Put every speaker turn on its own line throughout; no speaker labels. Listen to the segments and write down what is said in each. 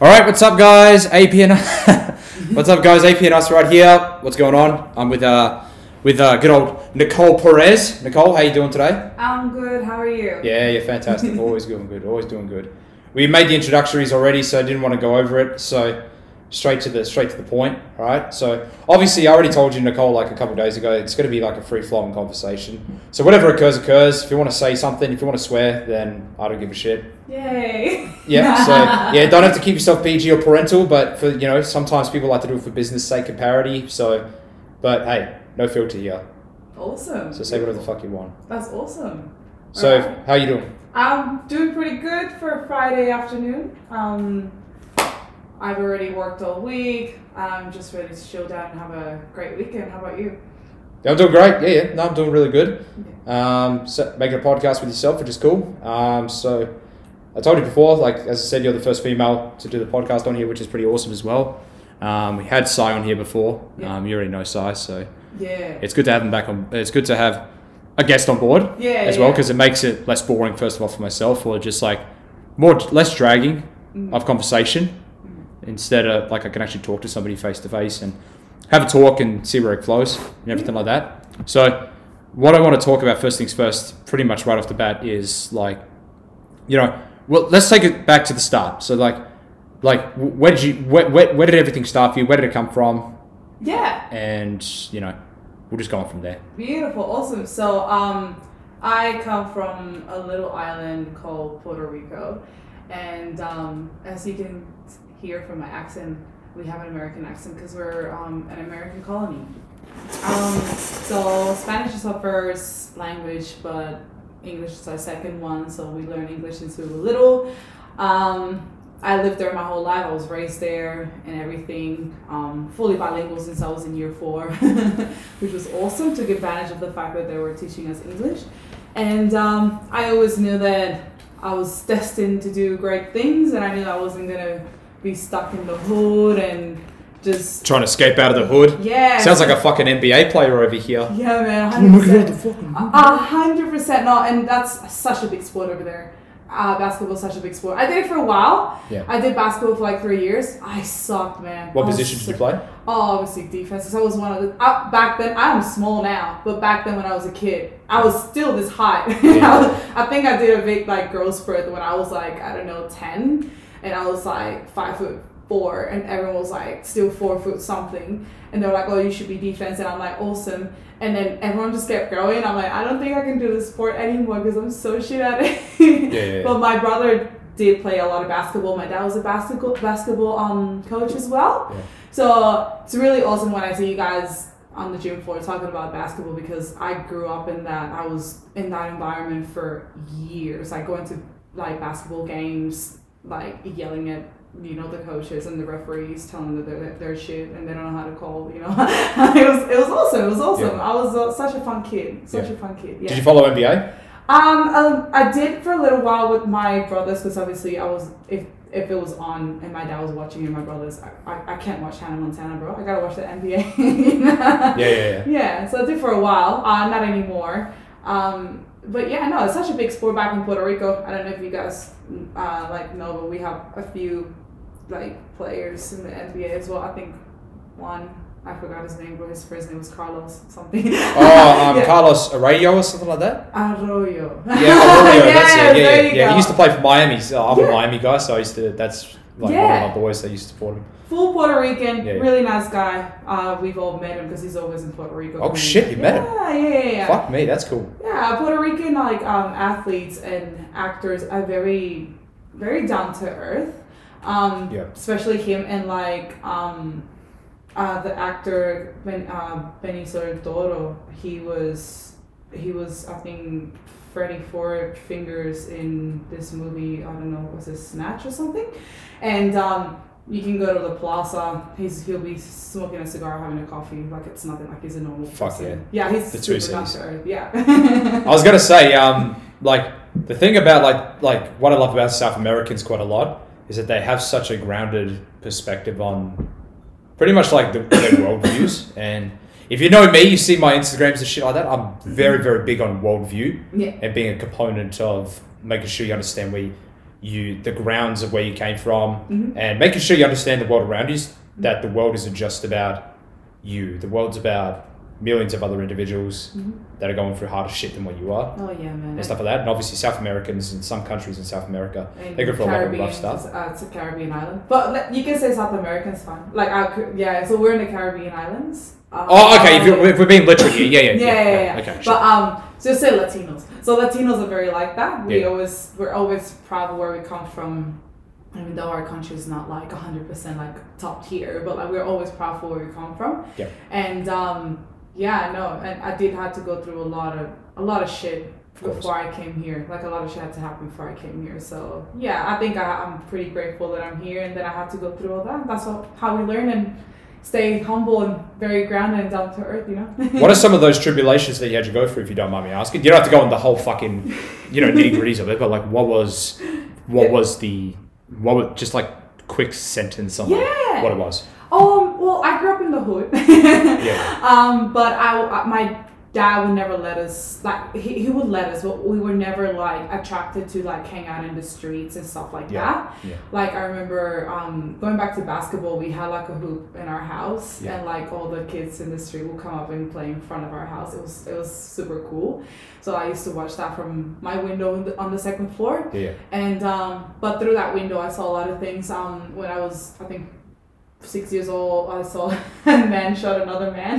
All right, what's up, guys? AP and what's up, guys? AP and us right here. What's going on? I'm with uh with uh good old Nicole Perez. Nicole, how you doing today?
I'm good. How are you?
Yeah, you're fantastic. always doing good. Always doing good. We made the introductories already, so I didn't want to go over it. So straight to the straight to the point. All right. So obviously, I already told you, Nicole, like a couple of days ago, it's going to be like a free flowing conversation. So whatever occurs, occurs. If you want to say something, if you want to swear, then I don't give a shit.
Yay.
Yeah. So yeah, don't have to keep yourself PG or parental, but for you know, sometimes people like to do it for business sake and parody. So, but hey, no filter here.
Awesome.
So say whatever the fuck you want.
That's awesome.
So
Alright.
how you doing?
I'm doing pretty good for a Friday afternoon. Um, I've already worked all week. I'm just ready to chill down and have a great weekend. How about you?
Yeah, I'm doing great. Yeah, yeah. No, I'm doing really good. Um, so making a podcast with yourself, which is cool. Um, so I told you before, like as I said, you're the first female to do the podcast on here, which is pretty awesome as well. Um, we had Sai on here before.
Yeah.
Um, you already know Sai, so
Yeah.
it's good to have him back on. It's good to have a guest on board.
Yeah.
as well because it makes it less boring first of all for myself or just like more less dragging of conversation instead of like i can actually talk to somebody face to face and have a talk and see where it flows and everything like that so what i want to talk about first things first pretty much right off the bat is like you know well let's take it back to the start so like like wh- where did you where, where, where did everything start for you where did it come from
Yeah.
and you know we'll just go on from there
Beautiful. Awesome. So um, I come from a little island called Puerto Rico, and um, as you can hear from my accent, we have an American accent because we're um, an American colony. Um, so Spanish is our first language, but English is our second one. So we learned English since we were little. Um, I lived there my whole life. I was raised there and everything. Um, fully bilingual since I was in year four, which was awesome. Took advantage of the fact that they were teaching us English, and um, I always knew that I was destined to do great things, and I knew I wasn't gonna be stuck in the hood and just
trying to escape out of the hood
yeah.
Sounds like a fucking NBA player over here.
yeah,
Oh
man. 100%.
fucking.
A hundred percent no, and that's such a big sport over there. Uh, basketball's such a big sport. I did it for a while.
Yeah.
I did basketball for like three years. I sucked, man.
What
I was
position did you
so-
play?
Oh, obviously defense. 'cause I was one of the I, back then. I'm small now, but back then when I was a kid, I was still this height.
Yeah.
I, was- I think I did a big like growth spurt when I was like I don't know ten, and I was like five foot four, and everyone was like still four foot something, and they were like, oh, you should be defense, and I'm like awesome, and then everyone just kept growing. I'm like, I don't think I can do this sport anymore because I'm so shit at it.
yeah, yeah.
But my brother did play a lot of basketball. My dad was a basketball basketball um coach as well.
Yeah.
So it's really awesome when I see you guys on the gym floor talking about basketball because I grew up in that. I was in that environment for years. Like going to like basketball games, like yelling at you know the coaches and the referees, telling them that they're, they're shit and they don't know how to call. You know, it was it was awesome. It was awesome. I was uh, such a fun kid. Such
Yeah.
a fun kid. Yeah.
Did you follow NBA?
Um, um, I did for a little while with my brothers because obviously I was if if it was on and my dad was watching and my brothers I, I, I can't watch Hannah Montana bro I gotta watch the NBA
Yeah, yeah, yeah.
yeah so I did for a while uh, not anymore um but yeah no it's such a big sport back in Puerto Rico I don't know if you guys uh like know but we have a few like players in the NBA as well I think one I forgot his name but his first name was Carlos something
Oh, um,
Yeah.
Carlos Arroyo or something like that.
Arroyo
Yeah, Arroyo. that's
Yes,
it. Yeah,
there
yeah,
you
yeah.
go.
He used to play for Miami. So I'm a
Yeah.
Miami guy, so I used to. That's like one
Yeah.
of my boys that used to support him.
Full Puerto Rican,
Yeah, yeah.
really nice guy. Uh, we've all met him because he's always in Puerto Rico.
Oh shit, you met him.
Yeah, yeah, yeah, yeah.
Fuck me, that's cool.
Yeah, Puerto Rican like um, athletes and actors are very, very down to earth. Um,
Yeah.
Especially him and like um, uh, the actor ben, uh, Benicio del Toro. He was he was I think Freddy Four Fingers in this movie. I don't know was it Snatch or something, and. Um, you can go to the plaza. He's he'll be smoking a cigar, having a coffee, like it's nothing. Like he's a normal
Fuck
person. Yeah, he's
That's what he
super down
says.
to earth. Yeah. Mm-hmm.
I was gonna say, um, like the thing about like like what I love about South Americans quite a lot is that they have such a grounded perspective on pretty much like the, their worldviews. And if you know me, you see my Instagrams and shit like that. I'm very very big on worldview
Yeah.
and being a component of making sure you understand where you, you the grounds of where you came from
Mhm.
and making sure you understand the world around you that the world isn't just about you the world's about millions of other individuals
Mhm.
that are going through harder shit than what you are
Oh yeah, man.
and stuff like that and obviously south americans in some countries in south america
And
they go for a lot of
Caribbean,
rough stuff
Uh, it's a Caribbean island, but like, you can say South America's fine. Like, I could, yeah. So we're in the Caribbean islands. Um,
oh okay if,
um,
you're, if we're being literal here yeah yeah
yeah, yeah, yeah.
okay sure.
But um, so say Latinos. So Latinos are very like that. We
Yeah.
always we're always proud of where we come from, even though our country is not like hundred percent like top tier, but like we're always proud for where we come from.
Yeah.
And um, yeah, no, and I did have to go through a lot of a lot of shit
Of course.
before I came here. Like a lot of shit had to happen before I came here. So yeah, I think I, I'm pretty grateful that I'm here and that I had to go through all that. That's what, how we learn and stay humble and very grounded and down to earth. You know.
What are some of those tribulations that you had to go through, if you don't mind me asking? You don't have to go on the whole fucking, you know, nitty gritties of it, but like, what was, what was the, what was just like quick sentence on like,
Yeah.
what it was?
Um, well, I grew up in the hood.
Yeah.
Um, but I, I- my dad would never let us like he, he would let us, but we were never like attracted to like hang out in the streets and stuff like
Yeah.
that.
Yeah.
Like I remember um going back to basketball, we had like a hoop in our house,
Yeah.
and like all the kids in the street would come up and play in front of our house. It was it was super cool. So I used to watch that from my window on the- on the second floor.
Yeah. yeah.
And um, but through that window, I saw a lot of things. Um, when I was, I think, six years old, I saw a man shot another man.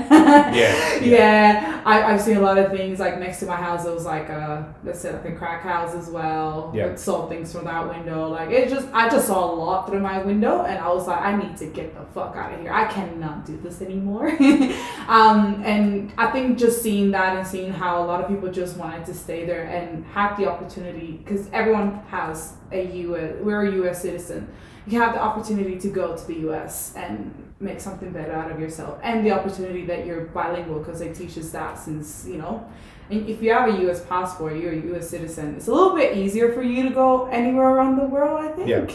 Yeah, yeah.
I, I've seen a lot of things. Like next to my house, it was like a let's say like a crack house as well.
Yeah.
I saw things from that window. Like it just, I just saw a lot through my window, and I was like, I need to get the fuck out of here. I cannot do this anymore. um, and I think just seeing that and seeing how a lot of people just wanted to stay there and had the opportunity because everyone has a U.S. We're a U.S. citizen. You have the opportunity to go to the U.S. and make something better out of yourself, and the opportunity that you're bilingual because they teach us that since you know. And if you have a U.S. passport, you're a U.S. citizen. It's a little bit easier for you to go anywhere around the world, I think.
Yeah.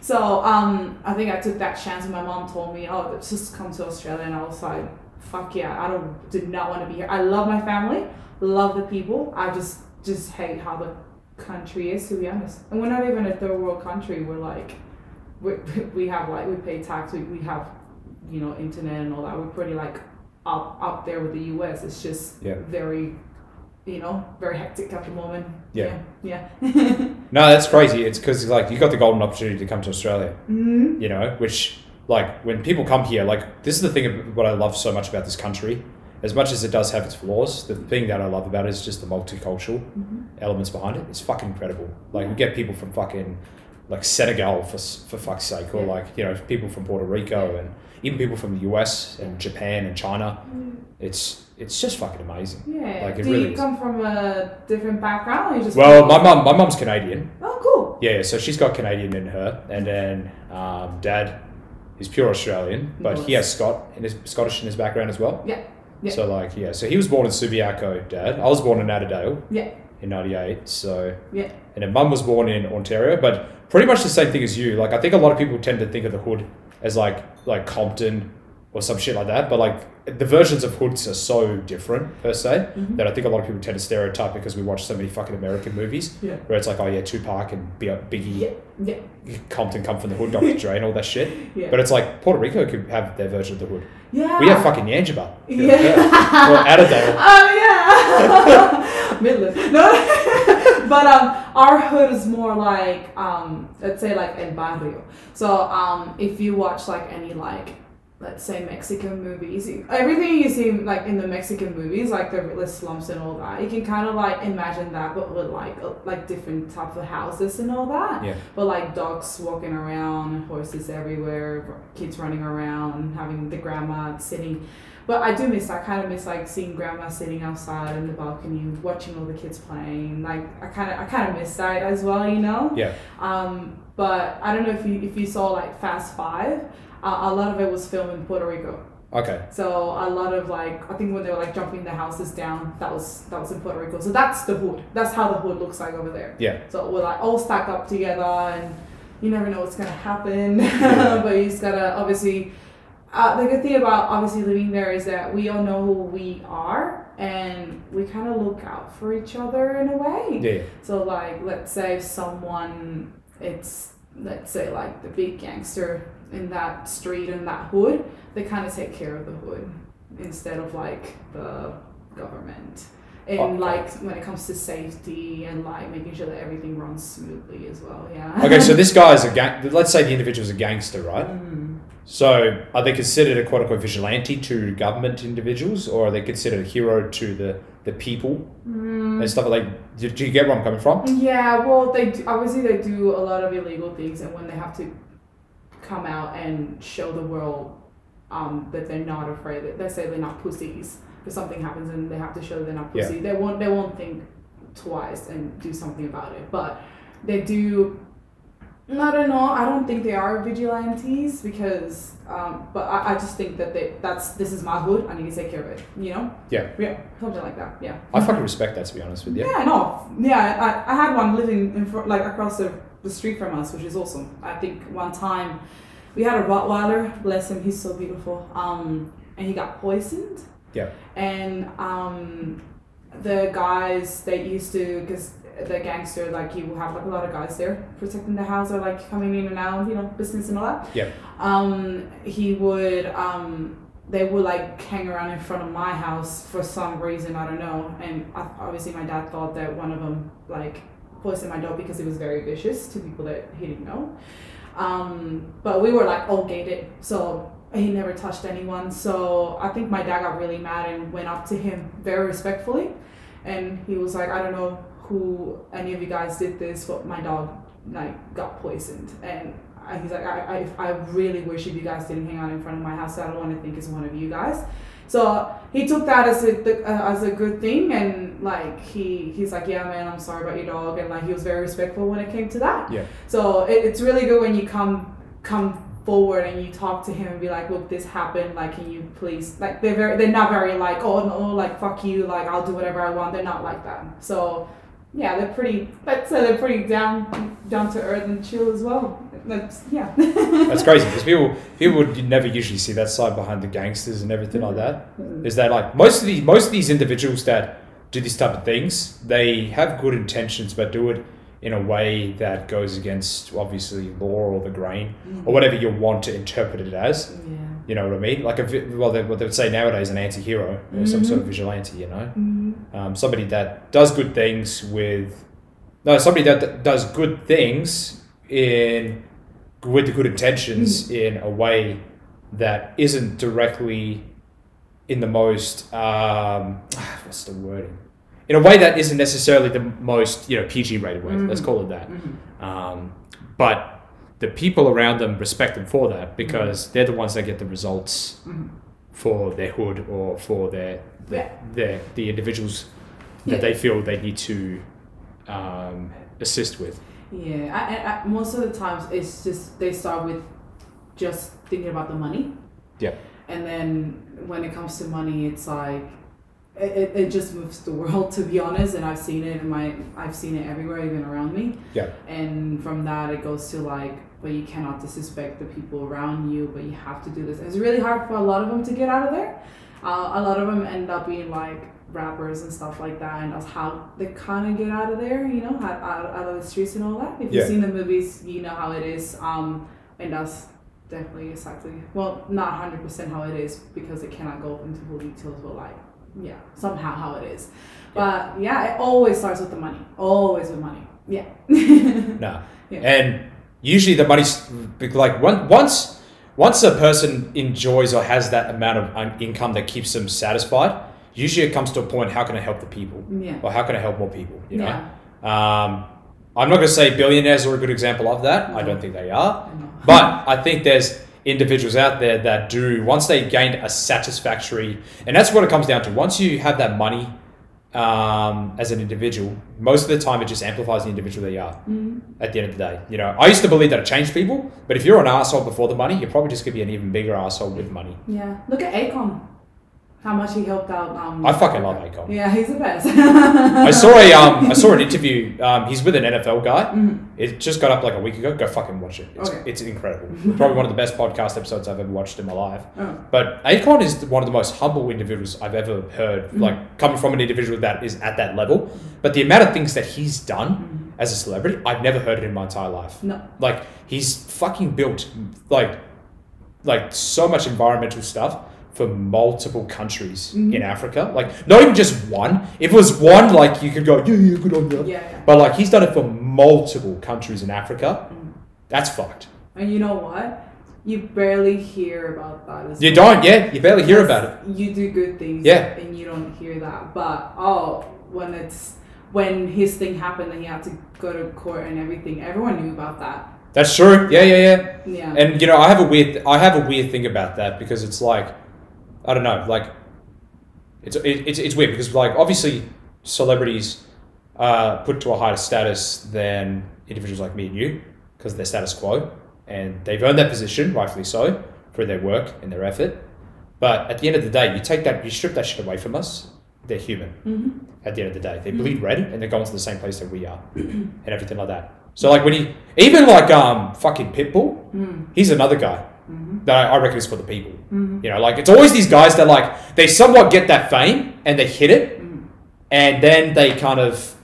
So um, I think I took that chance when my mom told me, "Oh, let's just come to Australia," and I was like, "Fuck yeah! I don't did not want to be here. I love my family, love the people. I just just hate how the country is, to be honest. And we're not even a third world country. We're like, we, we have like we pay tax. We, we have, you know, internet and all that. We're pretty like up up there with the U.S. It's just
Yeah.
very, you know, very hectic at the moment.
Yeah.
yeah. yeah.
No, that's crazy. It's because like you got the golden opportunity to come to Australia,
Mhm.
you know, which like when people come here, like this is the thing of what I love so much about this country. As much as it does have its flaws, the thing that I love about it is just the multicultural elements behind it. It's fucking incredible. Like we get people from fucking like Senegal for s- for fuck's sake, or
Yeah.
like you know people from Puerto Rico and even people from the US and Japan and China. It's it's just fucking amazing.
Mm-hmm. Yeah.
Like, it
Do
really
you
is.
come from a different background? Or you just
Well, my mum my mum's Canadian.
oh, cool.
Yeah, so she's got Canadian in her, and then um, dad is pure Australian, but he
Nice.
has Scot in his Scottish in his background as well.
Yeah. Yeah.
So like yeah, so he was born in Subiaco, dad. I was born in Annadale.
Yeah.
in '98. So
Yeah.
and then mum was born in Ontario, but pretty much the same thing as you. Like I think a lot of people tend to think of the hood as like like Compton or some shit like that, but like the versions of hoods are so different per se
Mhm.
that I think a lot of people tend to stereotype because we watch so many fucking American movies
Yeah.
where it's like oh yeah, Tupac and B-
Yeah.
Biggie,
Yeah.
Compton come from the hood, Dr. Dre and all that shit.
Yeah.
But it's like Puerto Rico could have their version of the hood.
yeah.
We have fucking Yanjiba. here in
Yeah.
Perth, or Annadale.
Oh yeah. Midland. No. but um, our hood is more like um, let's say like El Barrio. So um, if you watch like any like. Let's say Mexican movies. Everything you see, like in the Mexican movies, like the the slums and all that, you can kind of like imagine that, but with like uh, like different types of houses and all that.
Yeah.
But like dogs walking around, horses everywhere, kids running around, having the grandma sitting. But I do miss. I kind of miss like seeing grandma sitting outside on the balcony, watching all the kids playing. Like I kind of, I kind of miss that as well, you know.
Yeah.
Um, but I don't know if you if you saw like Fast Five, uh, a lot of it was filmed in Puerto Rico.
Okay.
So a lot of like I think when they were like jumping the houses down, that was that was in Puerto Rico. So that's the hood. That's how the hood looks like over there.
Yeah.
So we're like all stack up together, and you never know what's gonna happen.
Yeah.
but you just gotta obviously. Uh, the good thing about obviously living there is that we all know who we are, and we kind of look out for each other in a way.
Yeah.
So like, let's say if someone it's let's say like the big gangster in that street and that hood, they kind of take care of the hood instead of like the government. And
Oh.
like when it comes to safety and like making sure that everything runs smoothly as well, yeah.
Okay, so this guy is a gang. Let's say the individual's a gangster, right?
Mm.
So are they considered a quote unquote vigilante to government individuals, or are they considered a hero to the, the people
Mm.
and stuff like? Do, do you get where I'm coming from?
Yeah, well, they do, obviously they do a lot of illegal things, and when they have to come out and show the world um, that they're not afraid, that they say they're not pussies. If something happens and they have to show they're not
Yeah.
pussy, they won't they won't think twice and do something about it. But they do. I don't know. I don't think they are vigilantes because, um, but I, I just think that they that's this is my hood. I need to take care of it. You know.
Yeah.
Yeah. Something like that. Yeah.
I fucking respect that to be honest with you.
Yeah, no, yeah. I, I had one living in fr- like across the, the street from us, which is awesome. I think one time we had a Rottweiler. Bless him, he's so beautiful. Um, and he got poisoned.
Yeah.
And um, the guys they used to because the gangster like he will have like a lot of guys there protecting the house or like coming in and out, you know, business and all that
Yeah.
um, he would um, they would like hang around in front of my house for some reason I don't know and I, obviously my dad thought that one of them like poisoned my dog because he was very vicious to people that he didn't know um, but we were like all gated so he never touched anyone so I think my dad got really mad and went up to him very respectfully and he was like I don't know who any of you guys did this but my dog like got poisoned and I- he's like I, I, I really wish if you guys didn't hang out in front of my house i don't want to think it's one of you guys so he took that as a th- uh, as a good thing and like he he's like yeah man i'm sorry about your dog and like he was very respectful when it came to that
Yeah.
so it, it's really good when you come come forward and you talk to him and be like look this happened like can you please like they're very they're not very like oh no like fuck you like i'll do whatever i want they're not like that so yeah, they're pretty. But so they're pretty down, down to earth and chill as well. That's yeah.
That's crazy because people people would never usually see that side behind the gangsters and everything like
Mm.
that. Is that like most of these most of these individuals that do these type of things, they have good intentions but do it in a way that goes against obviously law or the grain or whatever you want to interpret it as.
Yeah.
You know what I mean? Like a vi- well, they, what they would say nowadays, an anti-hero or some sort of vigilante. You know,
Mm-hmm.
um, somebody that does good things with no somebody that th- does good things in with the good intentions in a way that isn't directly in the most um, what's the wording in a way that isn't necessarily the most you know PG rated word let's call it that
Mm-hmm.
um, but the people around them respect them for that because they're the ones that get the results for their hood or for their the,
Yeah.
their the individuals that
Yeah.
they feel they need to um, assist with.
Yeah. I, I, I, most of the times, it's just they start with just thinking about the money.
Yeah.
And then when it comes to money, it's like it, it, it just moves the world. To be honest, and I've seen it in my I've seen it everywhere, even around me.
Yeah.
And from that, it goes to like, but you cannot disrespect the people around you, but you have to do this. It's really hard for a lot of them to get out of there. Uh, a lot of them end up being like rappers and stuff like that, and that's how they kind of get out of there, you know, out, out, out of the streets and all that. If
Yeah.
you've seen the movies, you know how it is. Um, and that's definitely exactly, well, not 100% how it is because it cannot go into full details, but like, yeah, somehow how it is. But yeah, it always starts with the money. Always with money. Yeah.
No.
Yeah.
And usually the money's like one- once once a person enjoys or has that amount of un- income that keeps them satisfied, usually it comes to a point how can I help the people?
Yeah.
Or how can I help more people, you know?
Mm. Yeah.
Um, I'm not going to say billionaires are a good example of that. I
Mm-hmm.
don't think they are.
I know.
But I think there's individuals out there that do, once they gain a satisfactory, and that's what it comes down to. Once you have that money um, as an individual, most of the time it just amplifies the individual that you are at the end of the day. You know, I used to believe that it changed people, but if you're an asshole before the money, you're probably just going to be an even bigger asshole with money.
Yeah. Look at Akon. How much he helped out. Um,
I fucking love Akon.
Yeah, he's the best.
I saw a um, I saw an interview. Um, he's with an NFL guy.
Mm-hmm.
It just got up like a week ago. Go fucking watch it. It's,
Okay.
it's incredible. Probably one of the best podcast episodes I've ever watched in my life.
Oh.
But Akon is one of the most humble individuals I've ever heard. Like coming from an individual that is at that level, but the amount of things that he's done as a celebrity. I've never heard it in my entire life.
No.
Like he's fucking built like like so much environmental stuff for multiple countries in Africa. Like not even just one. If it was one, like you could go, yeah, yeah, good on you.
Yeah, yeah.
But like he's done it for multiple countries in Africa. That's fucked.
And you know what? You barely hear about that. It's
You don't, yeah. You barely hear about it.
You do good things,
Yeah.
and you don't hear that. But oh, when it's when his thing happened and he had to go to court and everything, everyone knew about that.
That's true. Yeah, yeah, yeah.
Yeah,
And you know, I have a weird, I have a weird thing about that because it's like, I don't know, like, it's it, it's it's weird because like obviously celebrities are put to a higher status than individuals like me and you because their status quo and they've earned that position rightfully so through their work and their effort. But at the end of the day, you take that, you strip that shit away from us. They're human.
Mm-hmm.
At the end of the day, they bleed red and they're going to the same place that we are, and everything like that. So like when he, even like um fucking Pitbull, he's another guy that I, I reckon is for the people. You know, like it's always these guys that like they somewhat get that fame and they hit it, and then they kind of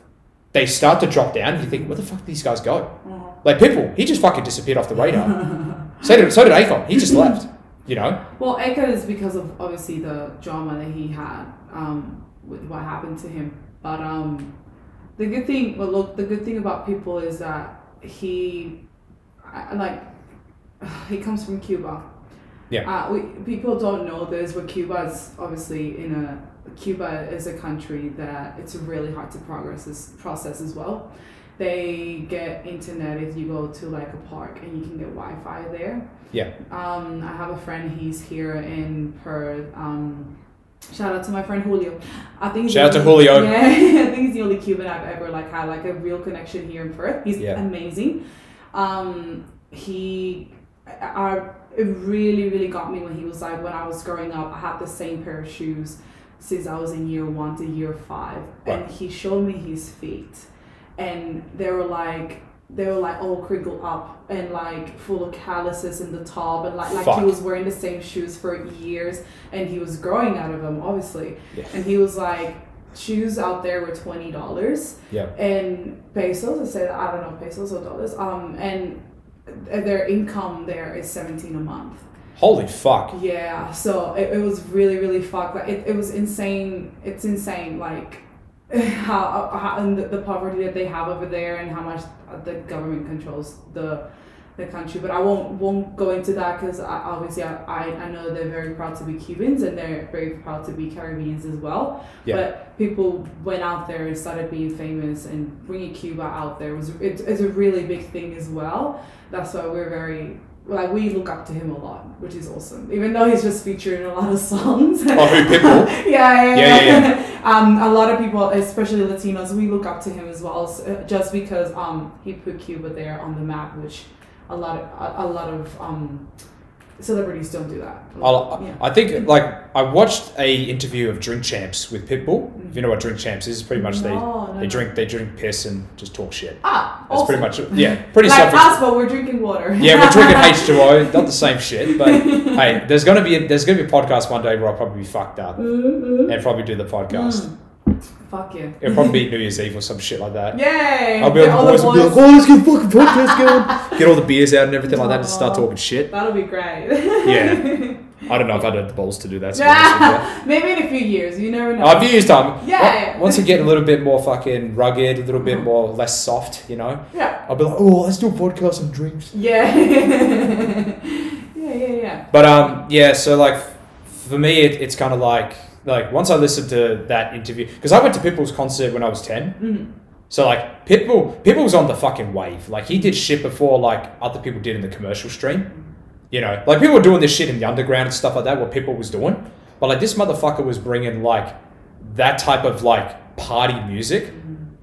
they start to drop down. And you think, where the fuck did these guys go? Like Pitbull, he just fucking disappeared off the radar. so did so did Akon. He just left. You know.
well, Echo is because of obviously the drama that he had um, with what happened to him. But um, the good thing, well, look, the good thing about people is that he, I, like, he comes from Cuba.
Yeah.
Uh, we, people don't know this, but Cuba is obviously in a Cuba is a country that it's really hard to progress this process as well. They get internet if you go to like a park and you can get Wi-Fi there.
Yeah.
Um, I have a friend. He's here in Perth. Um, shout out to my friend Julio. I think he's
Shout out
the
to
only-
Julio.
Yeah, I think he's the only Cuban I've ever like had like a real connection here in Perth. He's
Yeah.
amazing. Um, he, I, it really really got me when he was like when I was growing up. I had the same pair of shoes since I was in year one to year five, and he showed me his feet, and they were like they were like all crinkle up and like full of calluses in the top, and like like
Fuck.
he was wearing the same shoes for years, and he was growing out of them obviously,
Yeah.
and he was like shoes out there were twenty dollars
Yeah.
and pesos. I said I don't know pesos or dollars. Um and their income there is 17 a month
Holy fuck.
yeah, so it, it was really, really fucked. Like, it, it was insane. It's insane, like, how, how and the, the poverty that they have over there and how much the government controls the the country. But I won't won't go into that because I, obviously I, I, I know they're very proud to be Cubans and they're very proud to be Caribbeans as well.
Yeah.
But people went out there and started being famous and bringing Cuba out there was it's it's a really big thing as well. That's why we're very like we look up to him a lot, which is awesome. Even though he's just featured in a lot of songs.
Oh, who Pitbull?
yeah,
Yeah,
yeah, yeah.
yeah,
um, a lot of people, especially Latinos, we look up to him as well, s- uh, just because um, he put Cuba there on the map, which a lot of a, a lot of um, celebrities don't do that.
I'll,
yeah.
I think like I watched a interview of Drink Champs with Pitbull. If you know what Drink Champs is, it's pretty much they
No, no,
they
no.
drink they drink piss and just talk shit.
ah,
That's pretty
awesome.
much yeah, pretty
like
selfish.
us, but we're drinking water.
Yeah, we're drinking H two O, not the same shit. But hey, there's gonna be a, there's gonna be a podcast one day where I'll probably be fucked up and probably do the podcast.
Mm, Fuck yeah.
It'll probably be New Year's Eve or some shit like that.
Yay!
I'll be
Get
on
all
the boys and be like,
boys-
oh, let's get fucking podcast going. Get all the beers out and everything like that and start
Aw.
talking shit.
That'll be great.
Yeah. I don't know if I'd have the balls to do that. to be honest with you.
Yeah, maybe in a few years. You never know.
I've used them.
Yeah.
Once you get a little bit more fucking rugged, a little bit more less soft, you know,
yeah.
I'll be like, oh, let's do a podcast and drinks.
Yeah. yeah, yeah, yeah.
But um, yeah. So like, f- for me, it, it's kind of like like once I listened to that interview because I went to Pitbull's concert when I was 10
Mm-hmm.
So like Pitbull, Pitbull's on the fucking wave. Like he did shit before like other people did in the commercial stream. You know, like people were doing this shit in the underground and stuff like that. What Pitbull was doing, but like this motherfucker was bringing like that type of like party music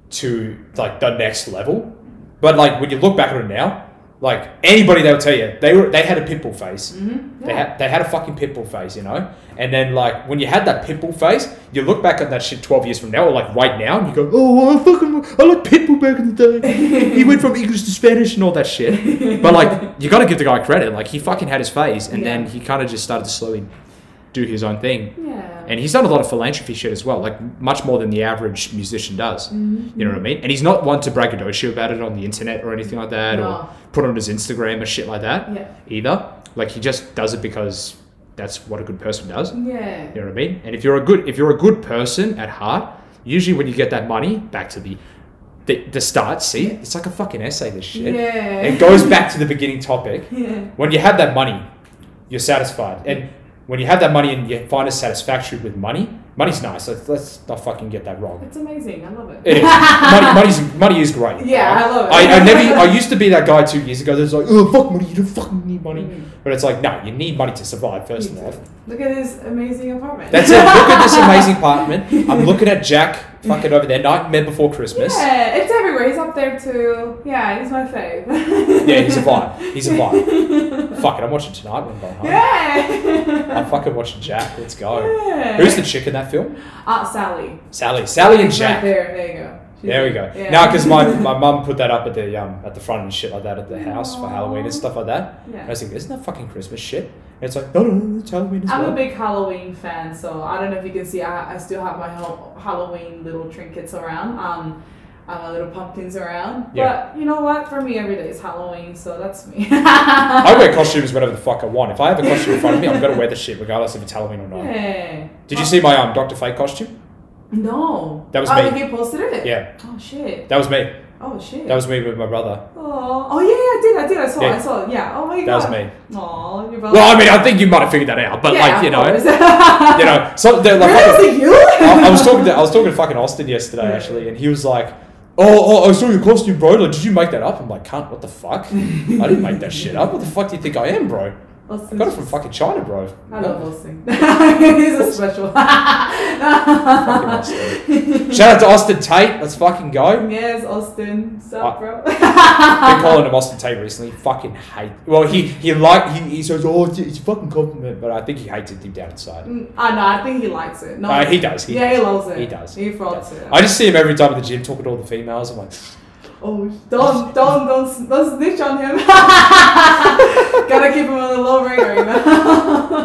to like the next level. But like when you look back at it now, like anybody they will tell you they were they had a Pitbull face. They had they had a fucking Pitbull face, you know. And then like when you had that Pitbull face, you look back at that shit twelve years from now or like right now, and you go, oh, I fucking I like Pitbull back in the day. he went from English to Spanish and all that shit. But like you got to give the guy credit, like he fucking had his face, and
Yeah.
then he kind of just started to slowly do his own thing.
Yeah.
And he's done a lot of philanthropy shit as well, like much more than the average musician does.
Mm-hmm.
You know what I mean? And he's not one to braggadocio about it on the internet or anything like that,
No.
or put it on his Instagram or shit like that
Yeah.
either. Like he just does it because that's what a good person does. You
Yeah.
know what I mean? And if you're a good if you're a good person at heart, usually when you get that money back to the the, the start, see, it's like a fucking essay. This shit.
Yeah.
It goes back to the beginning topic.
Yeah.
When you have that money, you're satisfied. And when you have that money and you find a satisfaction with money, money's nice. Let's, let's not fucking get that wrong.
It's amazing. I love
It
it.
is. money, money's, money is great.
Yeah, I love it.
I, I never. I used to be that guy two years ago that's like, oh fuck money, you don't fucking need money.
Mhm.
But it's like, no, you need money to survive first
You
of all.
Look at this amazing apartment.
That's it. Look at this amazing apartment. I'm looking at Jack fucking over there. Nightmare Before Christmas. Yeah,
Yeah, it's everywhere. He's up there too. Yeah, he's my fave.
he's a vibe. He's a vibe. Fuck it, I'm watching tonight when I'm going home.
Yeah.
I'm fucking watching Jack. Let's go.
Yeah.
Who's the chick in that film?
Ah, Sally.
Sally. Sally and
Right
Jack.
there, there you go. She's
There we go.
like-
Now, because my my mum put that up at the um at the front and shit like that at the house for Halloween and stuff like that.
Yeah.
And I was like, isn't that fucking Christmas shit? And it's like, no, no, no, it's Halloween as
I'm
well.
a big Halloween fan, so I don't know if you can see, I, I still have my Hal- Halloween little trinkets around. Um, uh, my little pumpkins around.
Yeah.
But you know what? For me, every day is Halloween, so that's me.
I wear costumes whenever the fuck I want. If I have a costume in front of me, I'm gonna wear the shit regardless if it's Halloween or not.
yeah.
Did you see my um Doctor Fate costume?
No.
That was
oh,
me.
like you posted it?
Yeah,
Oh, shit.
that was me.
Oh, shit.
That was me with my brother.
oh, oh, yeah, yeah, I did. I did. I saw
Yeah.
I saw it. Yeah. Oh, my
That
God.
was me.
Aw, your brother.
Well, I mean, I think you might have figured that out, but
yeah,
like you
of
know,
course.
you know, so they're like.
really? Is it you?
I, I was talking to I was talking to fucking Austin yesterday actually, and he was like, "Oh, oh I saw your costume, bro. Like, did you make that up?" I'm like, "Cunt, what the fuck? I didn't make that shit up. What the fuck do you think I am, bro? I got it from fucking China, bro."
I love Austin. He's a special.
Fucking Austin. Shout out to Austin Tate. Let's fucking go.
yes, Austin. What's
I-
up, bro? Uh-huh.
Been calling him Austin Tate recently. Fucking hate. Well, he he like he, he says, "Oh, it's, it's a fucking compliment," but I think he hates it deep down inside.
Mm, I know. I think he likes it. No,
Uh, he does. He
yeah,
does.
he loves it.
He does.
He frogs it.
I just see him every time at the gym talking to all the females. I'm like,
oh, don't, don't, don't, don't snitch on him. Gotta keep him on the low ringer, you know.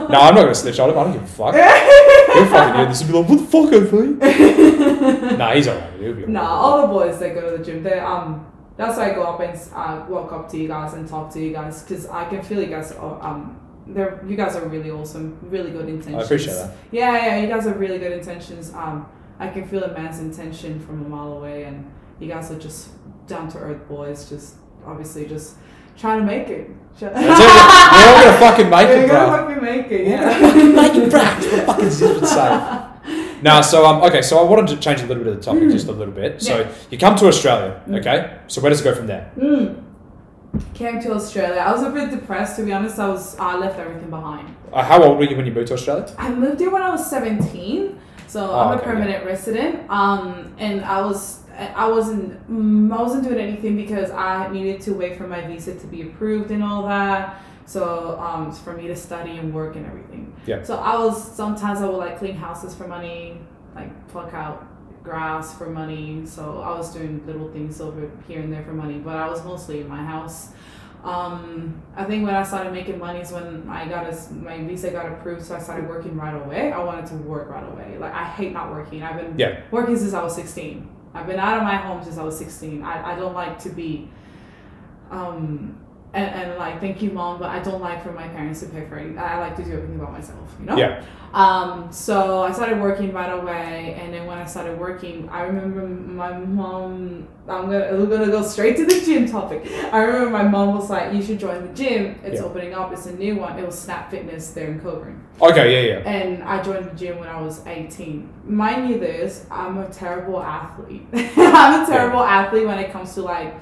no, I'm not gonna snitch on him. I don't give a fuck. He'll fucking hear this and be like, what the fuck, Anthony? nah, he's alright. He'll be alright.
Nah, all the boys that go to the gym, they um, that's why I go up and uh, walk up to you guys and talk to you guys because I can feel you guys are um, they're you guys are really awesome, really good intentions.
appreciate that.
Yeah, yeah, you guys have really good intentions. Um, I can feel a man's intention from a mile away, and you guys are just down to earth boys, just obviously just trying to make it. Try-
That's it. We're all gonna fucking make
You're
it, bro.
gonna fucking make it,
We're
yeah.
gonna fucking make it, bro. That's what fucking zip it safe. Nah, so um, okay, so I wanted to change a little bit of the topic just a little bit. So
Hmm. Yeah. Hmm.
you come to Australia, okay? So where does it go from there?
Mm. Came to Australia. I was a bit depressed, to be honest. I was I left everything behind.
Uh, how old were you when you moved to Australia?
I moved here when I was 17, so
Oh,
I'm a
okay,
permanent resident. Um, and I was I wasn't mm, I wasn't doing anything because I needed to wait for my visa to be approved and all that. So um, for me to study and work and everything.
Yeah.
So I was sometimes I would like clean houses for money, like pluck out grass for money. So I was doing little things over here and there for money, but I was mostly in my house. Um, I think when I started making money is when I got a, my visa got approved, so I started working right away. I wanted to work right away. Like I hate not working. I've been
Yeah.
working since I was sixteen. I've been out of my home since I was sixteen. I, I don't like to be, um, and, and like thank you mom, but I don't like for my parents to pay for it. I like to do everything by myself. You know.
Yeah.
Um, so I started working right away, and then when I started working, I remember my mom. I'm gonna I'm gonna go straight to the gym topic. I remember my mom was like, "You should join the gym. It's
Yeah.
opening up. It's a new one. It was Snap Fitness there in Coburn."
Okay, yeah, yeah.
And I joined the gym when I was 18. Mind you, this I'm a terrible athlete. I'm a terrible athlete when it comes to like.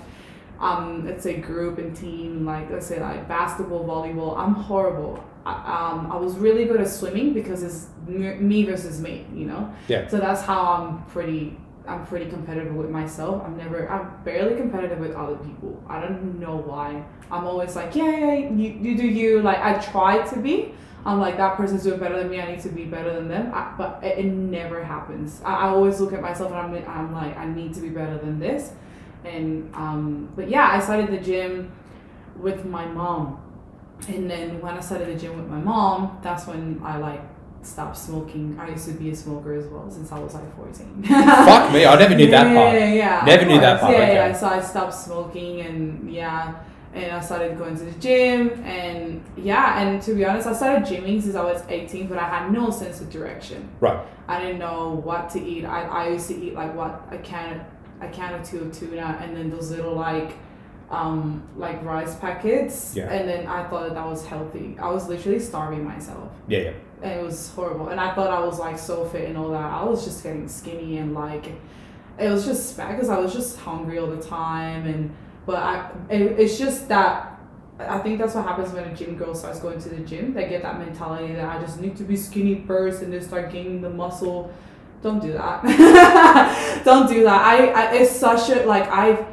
Um, let's say group and team, like let's say like basketball, volleyball. I'm horrible. I, um, I was really good at swimming because it's m- me versus me, you know.
Yeah.
So that's how I'm pretty. I'm pretty competitive with myself. I'm never. I'm barely competitive with other people. I don't know why. I'm always like, yeah, yeah, you, you do you. Like I try to be. I'm like that person's doing better than me. I need to be better than them. I, but it, it never happens. I, I always look at myself and I'm, I'm like, I need to be better than this. And um, but yeah, I started the gym with my mom. And then when I started the gym with my mom, that's when I like stop smoking. I used to be a smoker as well since I was like 14.
Fuck me, I never knew that part.
Yeah, yeah.
Never
of
knew that
course.
part,
Yeah,
okay.
yeah. So I stopped smoking and yeah, and I started going to the gym and yeah, and to be honest, I started gymming since I was 18, but I had no sense of direction.
Right.
I didn't know what to eat. I, I used to eat like what a can a can or two of tuna and then those little like um like rice packets
Yeah.
and then I thought that, that was healthy. I was literally starving myself
Yeah, yeah.
and it was horrible. And I thought I was like so fit and all that. I was just getting skinny and like it was just bad because I was just hungry all the time. And but I it, it's just that I think that's what happens when a gym girl starts going to the gym. They get that mentality that I just need to be skinny first and then start gaining the muscle. Don't do that. Don't do that. I, I it's such a like I've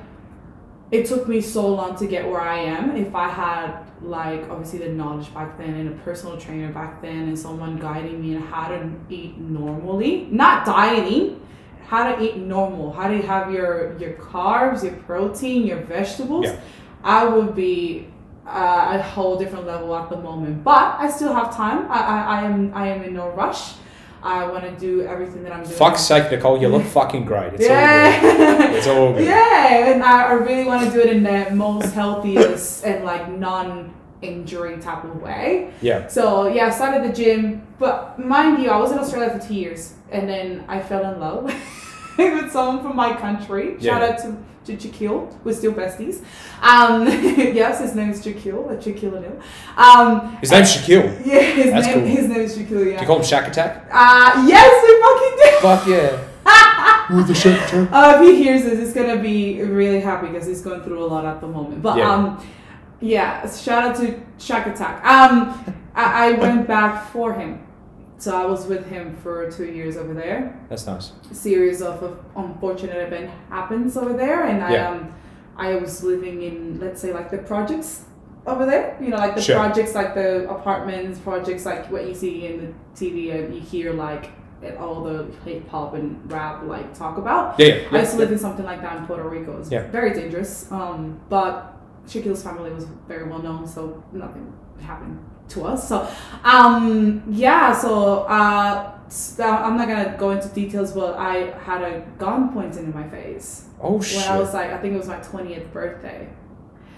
it took me so long to get where I am. If I had like obviously the knowledge back then and a personal trainer back then and someone guiding me on how to eat normally, not dieting, how to eat normal, how to have your your carbs, your protein, your vegetables,
Yeah.
I would be uh, at a whole different level at the moment. But I still have time. I I, I am I am in no rush. I want to do everything that I'm doing.
Fuck's sake, Nicole, you look fucking great. It's all good.
yeah.
It's all good.
Yeah, and I, I really want to do it in the most healthiest and like non injury type of way.
Yeah.
So yeah, I started the gym, but mind you, I was in Australia for two years and then I fell in love with someone from my country. Shout
Yeah.
out to to Chiquil, we're still besties. Um, yes, his name is Chiquil, like Chiquil and him. Um,
His name's Shaquille.
yeah, his
That's
name
cool.
his name is Chiquil.
Do you
Yeah.
call him Shack Attack?
Uh, yes, we fucking did.
Fuck yeah. With the Shack Attack.
Uh, if he hears this, he's gonna be really happy because he's going through a lot at the moment. But
Yeah.
um, yeah, shout out to Shack Attack. Um, I, I went back for him, so I was with him for two years over there.
That's nice.
A series of, of unfortunate event happens over there, and I
Yeah.
um, I was living in let's say like the projects over there. You know, like the
Sure.
projects, like the apartments, projects like what you see in the TV and you hear like all the hip hop and rap like talk about.
Yeah, yeah.
I used
yeah.
to live in something like that in Puerto Rico. It's
Yeah.
very dangerous. Um, but Shaquille's family was very well known, so nothing happened to us. So, um, yeah. So uh, s- I'm not gonna go into details, but I had a gun pointed in my face
Oh,
when
shit.
I was like, I think it was my 20th birthday.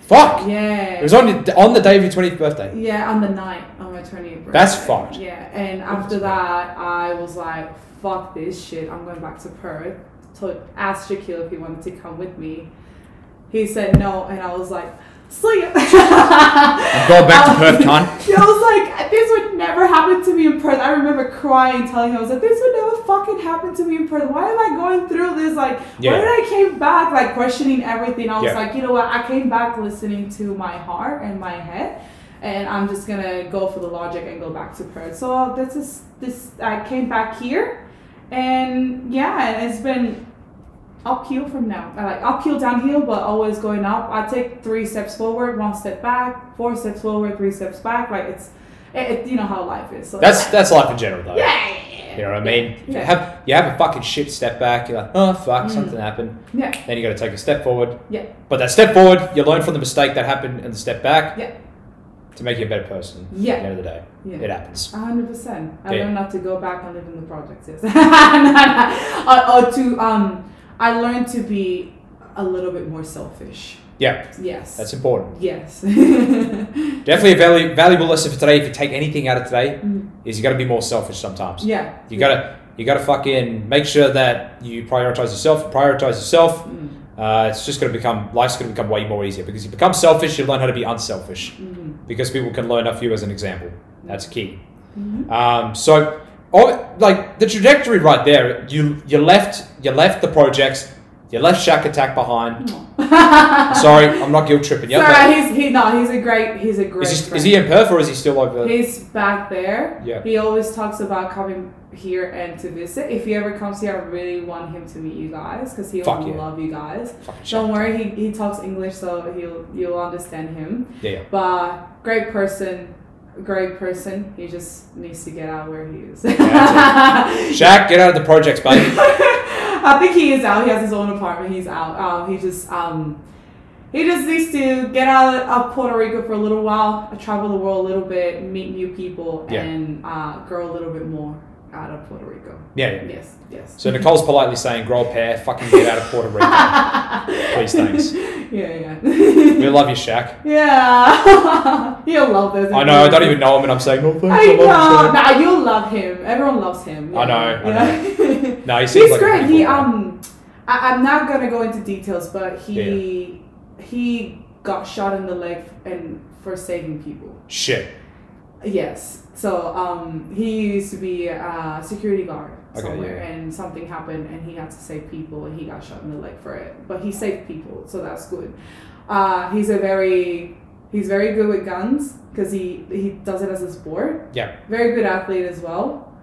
Fuck.
Yeah.
It was on, your- on the day of your 20th birthday.
Yeah, on the night on my 20th birthday.
That's fucked.
Yeah, and after that, I was like, fuck this shit, I'm going back to Perth. So asked Shaquille if he wanted to come with me. He said no, and I was like, see ya. I'm
going back to Perth, cunt.
I was like, this would never happen to me in Perth. I remember crying, telling him, I was like, this would never fucking happen to me in Perth. Why am I going through this? Like,
Yeah.
why did I came back, like, questioning everything? I was
Yeah.
like, you know what? I came back listening to my heart and my head, and I'm just gonna go for the logic and go back to Perth. So this is this. I came back here, and yeah, and it's been uphill from now. I like uphill, downhill, but always going up. I take three steps forward, one step back, four steps forward, three steps back. Like it's, it, it- you know how life is. So
That's that's life in general, though.
yeah.
You know what I mean? You
Yeah. Mm.
have you have a fucking shit step back. You're like, oh fuck, something happened.
Yeah.
Then you got to take a step forward.
Yeah.
But that step forward, you learn from the mistake that happened and the step back.
Yeah.
To make you a better person.
Yeah.
At the end of the day,
Yeah.
it happens.
A hundred percent. I
Yeah.
learned not to go back and live in the projects. Yes, Or- or, to um, I learned to be a little bit more selfish.
Yeah.
Yes.
That's important.
yes.
Definitely a valu- valuable lesson for today. If you take anything out of today,
Mm.
is you got to be more selfish sometimes.
yeah.
You gotta you gotta fucking make sure that you prioritize yourself. Prioritize yourself.
Mm.
Uh, it's just gonna become life's gonna become way more easier because you become selfish. You learn how to be unselfish
Mhm.
because people can learn off you as an example. That's key.
Mhm.
Um, so, oh, like the trajectory right there, you you left you left the projects, you left Shack Attack behind. Sorry, I'm not guilt tripping you.
Sorry,
but
he's he no, he's a great he's a great.
Is he,
friend.
is he in Perth or is he still over?
He's back there.
Yeah.
He always talks about coming here and to visit. If he ever comes here, I really want him to meet you guys because he'll
Fuck yeah.
love you guys.
Fucking Shack
Don't
Attack.
worry, he, he talks English, so he'll you'll understand him.
Yeah, yeah.
But great person, great person. He just needs to get out where he is.
Shaq, get out of the projects, baby.
I think he is out. He has his own apartment. He's out. Uh, Um, he just um, He just needs to get out of Puerto Rico for a little while, travel the world a little bit, meet new people,
Yeah.
and uh, grow a little bit more out of Puerto Rico.
Yeah. yeah.
Yes, yes.
So Nicole's politely saying, grow a pair, fucking get out of Puerto Rico. Please, thanks.
Yeah,
We
yeah.
love you, Shaq.
yeah. He'll love this.
I know, I don't even know him and I'm saying, oh, thanks,
I
I love you,
know.
Shaq.
Nah, you'll love him. Everyone loves him.
I know, I
Yeah.
No, he seems
He's
like a
great.
pretty
He
cool guy.
um, I, I'm not gonna go into details, but he he got shot in the leg and for saving people.
Shit.
Yes. So um, he used to be a security guard
Okay,
somewhere,
yeah.
and something happened, and he had to save people, and he got shot in the leg for it. But he saved people, so that's good. Uh, he's a very he's very good with guns because he he does it as a sport.
Yeah.
Very good athlete as well.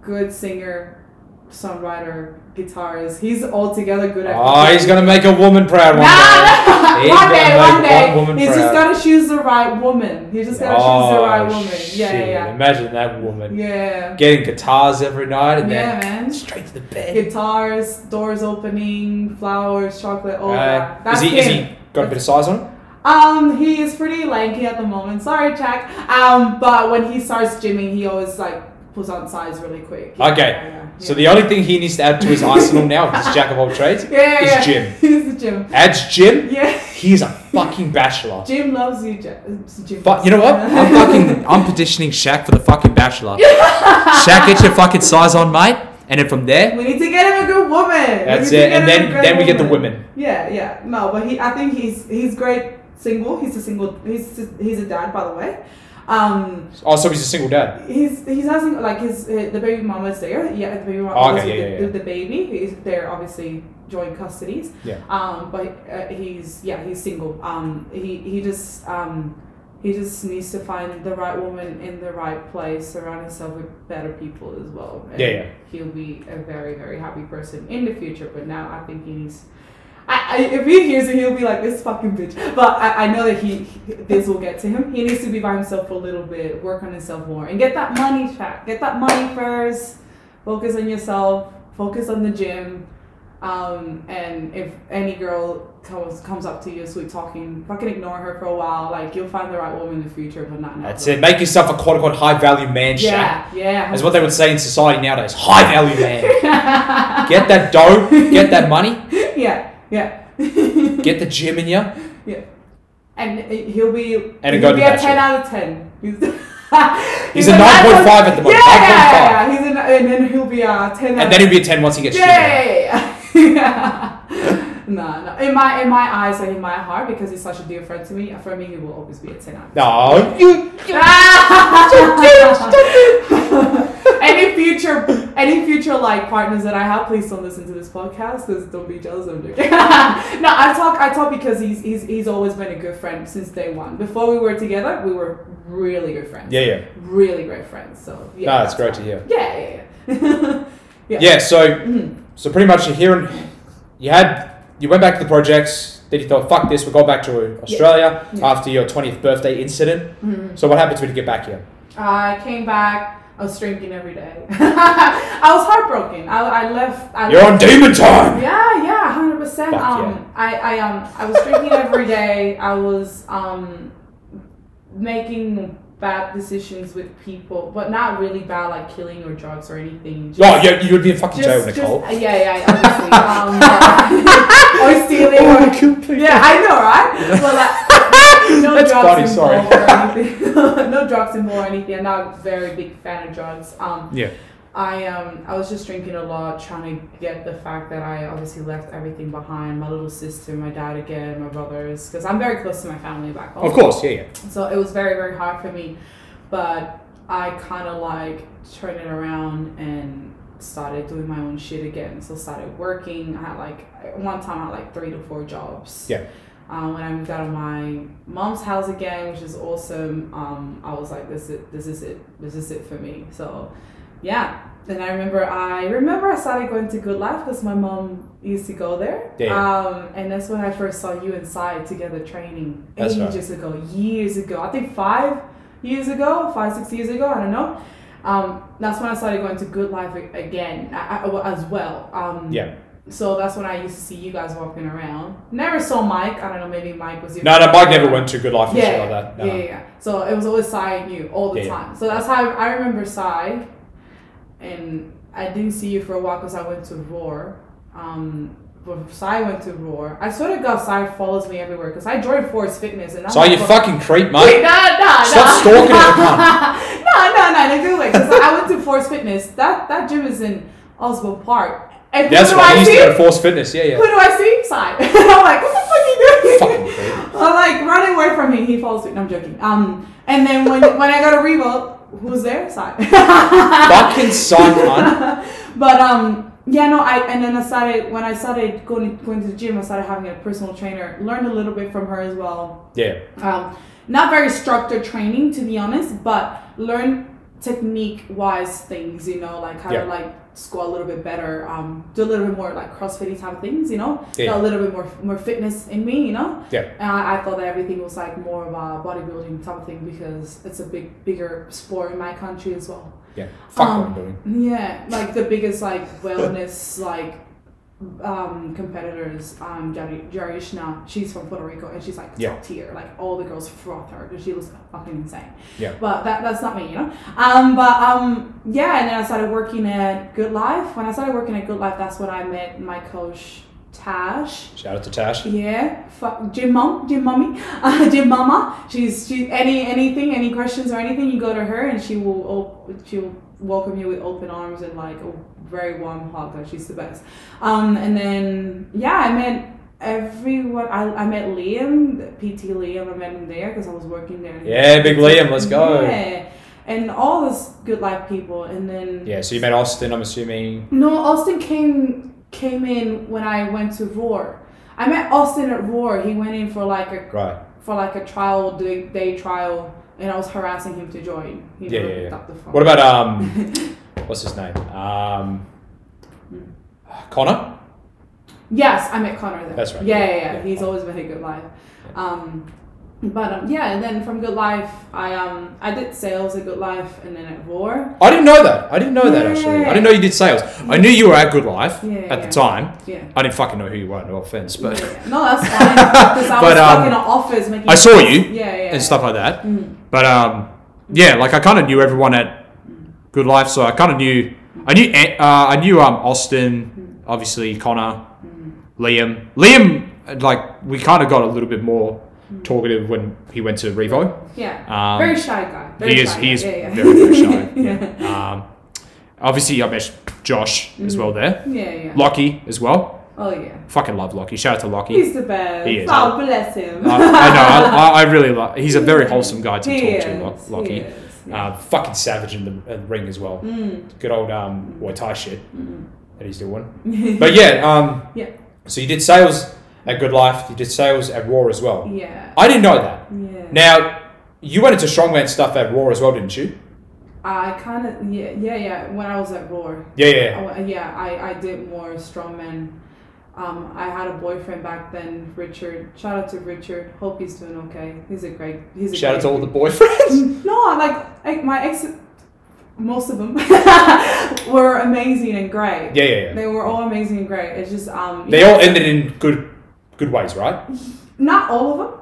Good singer, songwriter, guitarist. He's altogether good at.
Oh, he's going to make a woman proud one day. He's
one
gonna
day,
make
one day.
one woman
he's just
proud.
gotta choose the right woman. He's just gotta choose the
Oh,
right woman. Yeah, yeah,
shit.
yeah.
Imagine that woman
Yeah.
getting guitars every night and
Yeah,
then
man.
straight to the bed.
Guitars, doors opening, flowers, chocolate, all
Uh,
that. That's
is he? Is
him.
he got a bit of size on him?
Um, he is pretty lanky at the moment. Sorry, Jack. Um, but when he starts gymming, he always like puts on size really quick. Yeah,
Okay.
yeah, yeah,
So
yeah.
the only thing he needs to add to his arsenal now, his jack of all trades,
yeah, yeah,
is
yeah.
Jim.
He's the gym.
Adds Jim.
Yeah.
He's a fucking bachelor.
Jim loves you, Jack. Oops, Jim.
But you know what? I'm fucking. I'm petitioning Shaq for the fucking bachelor. Shaq, get your fucking size on, mate. And then from there,
We need to get him a good woman. We
That's
need to
it,
get
and
him a
then-
good
then we get the women.
Yeah, yeah. No, but he, I think he's he's great single. He's a single. He's he's a dad, by the way. Um,
oh, so he's a single dad.
he's he's having like his uh, the baby mama's there. Yeah, the baby mama
Oh,
lives
okay,
with
yeah,
the,
yeah,
the baby. He's there obviously joint custodies.
Yeah.
Um, but uh, he's yeah he's single. Um, he he just um. He just needs to find the right woman in the right place, surround himself with better people as well. And
Yeah, yeah.
He'll be a very, very happy person in the future, but now I think he needs. I, I, if he hears it, he'll be like this fucking bitch. But I, I know that he, this will get to him. He needs to be by himself for a little bit, work on himself more, and get that money track. Get that money first. Focus on yourself. Focus on the gym. Um, and if any girl comes comes up to you sweet talking, fucking ignore her for a while. Like you'll find the right woman in the future, but not now.
That's it. Make yourself a quote unquote high value man, Shaq.
Yeah, yeah.
That's what they would say in society nowadays. High value man. Get that dough. Get that money.
yeah, yeah.
Get the gym in you.
and uh, he'll be
And a
he'll
Golden
be a ten
Bachelor.
out of ten. He's,
He's a
he's
9.5 at the moment,
Yeah, yeah,
9.5.
yeah, yeah. He's an, and then he'll be a ten. out
And then he'll be a 10 once he gets
yeah,
shit.
yeah, yeah, yeah. no, no. In my in my eyes and in my heart, because he's such a dear friend to me. For me, he will always be a ten out. Of
No, you.
10. any future, any future like partners that I have, please don't listen to this podcast. Cause don't be jealous of me. no, I talk, I talk because he's he's he's always been a good friend since day one. Before we were together, we were really good friends.
Yeah, yeah.
really great friends. So yeah,
No, it's great to hear.
Yeah, yeah, yeah. yeah. Mm-hmm.
Yeah, so so pretty much you're hearing. You had. You went back to the projects. Then you thought, fuck this, we'll go back to Australia
Yeah.
after your 20th birthday incident.
Mhm.
So what happens when you get back here?
I came back. I was drinking every day. I was heartbroken. I, I left. I
You're
left-
on demon time!
Yeah, yeah, hundred percent.
Fuck
Um,
yeah.
I, I, um, I was drinking every day. I was um, making bad decisions with people, but not really bad, like killing or drugs or anything. Just,
Oh, yeah, you would be in fucking jail,
just, uh,
Nicole.
just- yeah, yeah, obviously. Um, or stealing. Or, yeah, I know, right? Well, like, no
That's funny,
drugs
sorry.
involved or anything. no drugs involved or anything. I'm not a very big fan of drugs. Um,
Yeah.
I um I was just drinking a lot, trying to get the fact that I obviously left everything behind. My little sister, my dad again, my brothers, because I'm very close to my family back home.
Of course, yeah, yeah.
So it was very very hard for me, but I kind of like turned it around and started doing my own shit again. So started working. I had like at one time I had like three to four jobs.
Yeah.
Um, when I moved out of my mom's house again, which is awesome, um, I was like, this is this is it, this is it for me. So, yeah. And I remember I remember I started going to Good Life because my mom used to go there.
Yeah,
Um, and that's when I first saw you inside together training
That's right.
ages ago, years ago. I think five years ago, five six years ago. I don't know. Um, that's when I started going to Good Life a- again I, I- as well. Um,
Yeah.
So that's when I used to see you guys walking around. Never saw Mike. I don't know. Maybe Mike was. your-
No, no, Mike never went to good life and shit
Yeah,
like that. No.
yeah, yeah, yeah. So it was always Sai and you all the
Yeah, yeah.
time. So that's how I remember Sai. And I didn't see you for a while because I went to Roar. Um, but Sai went to Roar. I swear to God, Sai follows me everywhere because I joined Force Fitness and I'm
So
like,
you
"Fuck-
fucking creep,
Wait,
mate.
no, no,
Stop
no.
stalking her, come
no, no, no, no, good way. Because I went to Force Fitness. That that gym is in Oswald Park. And
That's
who do
right.
I
He used
see?
to go to Force Fitness. Yeah, yeah.
Who do I see? Sai. I'm like, what the fuck are you doing?
Fucking creep.
I'm like running away from him. He falls. No, I'm joking. Um, and then when when I got a revolt, who's there? Sai.
Fucking son, man.
but um, yeah, no. I and then I started when I started going going to the gym. I started having a personal trainer. Learned a little bit from her as well
Yeah.
um, not very structured training to be honest but learn technique wise things you know like how
Yeah.
to like squat a little bit better um, do a little bit more like crossfitty type of things you know
Yeah.
Got a little bit more more fitness in me you know
Yeah.
and I, I thought that everything was like more of a bodybuilding type of thing because it's a big bigger sport in my country as well
Yeah. Fuck
Um,
what I'm doing.
yeah, like the biggest like wellness like um competitors, um Jari Jarishna, she's from Puerto Rico and she's like
Yeah.
top tier. Like all the girls froth her because she was fucking insane.
Yeah.
But that, that's not me, you know? Um but um yeah, and then I started working at Good Life. When I started working at Good Life, that's when I met my coach Tash.
Shout out to Tash.
Yeah, fuck Jim mom, Jim mommy, uh, Jim mama. She's she any anything, any questions or anything, you go to her and she will op- she will welcome you with open arms and like a very warm hug. Like she's the best. Um, and then yeah, I met everyone. I, I met Liam, PT Liam. I met him there because I was working there.
Yeah, big Liam. Let's go. Yeah.
Yeah, and all this good life people, and then
So you met Austin. I'm assuming.
no, Austin came came in when I went to Roar. I met Austin at Roar. He went in for like a
Right.
for like a trial day, day trial, and I was harassing him to join. He
Yeah,
never
yeah,
picked
yeah.
up the phone.
What about um? What's his name? Um. Connor.
Yes, I met Connor there.
That's right.
Yeah, yeah, yeah.
Yeah.
He's always been a good life. Um, but um, yeah, and then from Good Life, I um I did sales at Good Life, and then at Roar.
I didn't know that. I didn't know that actually. I didn't know you did sales. I knew you were at Good Life
Yeah,
at
yeah.
the time.
Yeah.
I didn't fucking know who you were. No offense, but
Yeah, yeah. no, that's fine. Because I was
But,
stuck
um,
in an office making.
I saw you
Yeah, yeah.
and stuff like that.
Mm.
But um, yeah, like I kind of knew everyone at Good Life, so I kind of knew. I knew An- uh, I knew um Austin,
Mm.
obviously Connor, Liam. Liam, like we kind of got a little bit more talkative when he went to Revo.
Yeah.
Um,
Mm. very shy guy. Very
he is
shy
he
guy.
is
yeah, yeah.
very very shy. yeah. Um, obviously I met Josh as
Mm-hmm.
well there.
Yeah, yeah.
Lockie as well.
oh yeah.
Fucking love Lockie. Shout out to Lockie.
He's the best.
He is.
Oh, bless him.
I, I know. I, I really like. He's a very wholesome guy to talk to, Lo-
is,
Lockie.
he is, yeah. Mm.
Uh, fucking savage in the, in the ring as well. Good old um, Muay Thai shit that he's doing.
Mm.
but yeah, um,
Mm-hmm. yeah.
so you did sales at Good Life. You did sales at Raw as well.
Yeah.
I didn't know that.
yeah.
Now, you went into strongman stuff at Raw as well, didn't you?
I kind of yeah yeah yeah. When I was at Roar,
Yeah, yeah.
I, yeah, I I did more strongman. Um, I had a boyfriend back then, Richard. Shout out to Richard. Hope he's doing okay. He's a great. He's a
Shout out
great
to all the boyfriends.
No, like, like my ex, most of them were amazing and great.
yeah, yeah, yeah.
They were all amazing and great. It's just um,
They all ended in good, good ways, right?
not all of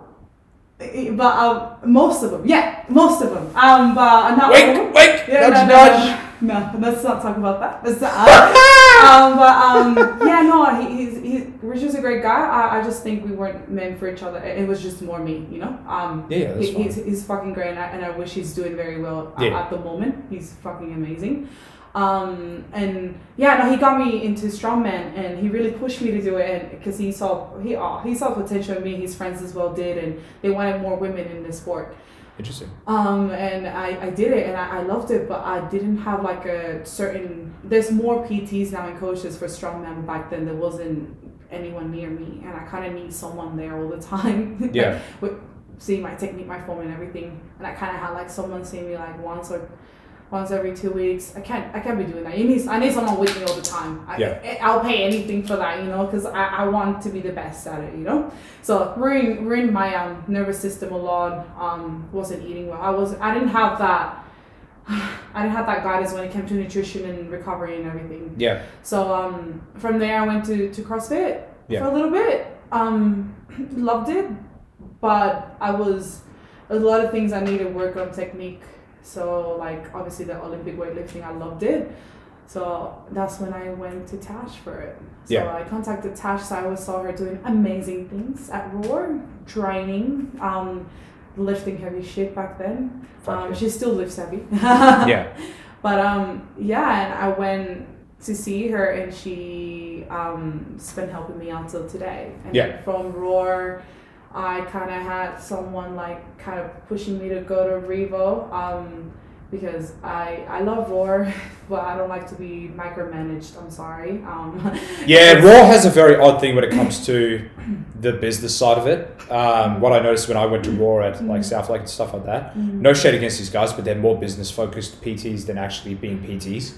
them, but um, most of them. Yeah, most of them. Um, but not all of them.
Wink, wink,
Yeah,
nudge,
no, no,
nudge.
No, no, let's not talk about that. Let's uh, not, um, but um, yeah, no, he, he's he's Richard's a great guy. I, I just think we weren't meant for each other. It it was just more me, you know. Um,
Yeah, yeah, that's
he,
fine.
he's he's fucking great, and I, and I wish he's doing very well uh,
Yeah.
at the moment. He's fucking amazing. Um, and yeah, no, he got me into strongman, and he really pushed me to do it, and because he saw he oh, he saw potential in me. His friends as well did, and they wanted more women in the sport
Interesting.
um and i i did it and I, I loved it but i didn't have like a certain there's more pts now and coaches for strongman back then there wasn't anyone near me and i kind of need someone there all the time like,
Yeah.
with seeing my technique my form and everything and i kind of had like someone seeing me like once or once every two weeks i can't i can't be doing that you need i need someone with me all the time I,
Yeah.
I- i'll pay anything for that you know because I, I want to be the best at it you know so ruined ruined my um, nervous system a lot. Um, wasn't eating well. I was I didn't have that. I didn't have that guidance when it came to nutrition and recovery and everything.
Yeah.
So um, from there, I went to, to CrossFit
Yeah.
for a little bit. Um, loved it, but I was there's a lot of things I needed work on technique. So like obviously the Olympic weightlifting, I loved it. So that's when I went to Tash for it. So
Yeah.
I contacted Tash. So I always saw her doing amazing things at Roar, training, um, lifting heavy shit back then.
Fuck
Um,
yeah.
she still lifts heavy.
Yeah.
But um, yeah, and I went to see her, and she um, has been helping me out till today. And
Yeah.
then From Roar, I kind of had someone like kind of pushing me to go to Revo. Um, because I, I love Roar, but I don't like to be micromanaged. I'm sorry. Um,
Yeah, Raw has a very odd thing when it comes to the business side of it. Um, what I noticed when I went to Raw at like South Lake and stuff like that,
Mm-hmm.
no shade against these guys, but they're more business focused PTs than actually being PTs,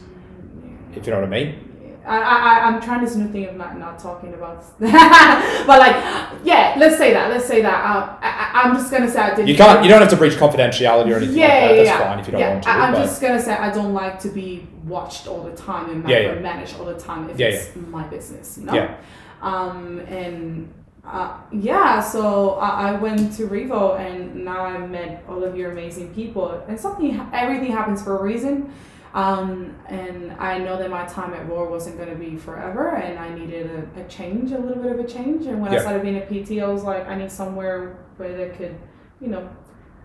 if you know what I mean.
I, I, I- I'm trying this new thing of not, not talking about, but like, yeah, let's say that, let's say that. Um, I, I, I'm just gonna say I didn't.
You can't, you don't have to breach confidentiality or anything like that. That's fine if you don't
yeah.
want to.
I, I'm
but
just gonna say I don't like to be watched all the time and
Yeah, yeah.
managed all the time if
Yeah,
it's my business, you know.
Yeah.
Um and uh, yeah, so I, I went to Revo and now I met all of your amazing people and something ha- everything happens for a reason. Um, and I know that my time at Roar wasn't going to be forever, and I needed a, a change, a little bit of a change. And when I
Yeah.
started being a PT, I was like, I need somewhere where they could, you know,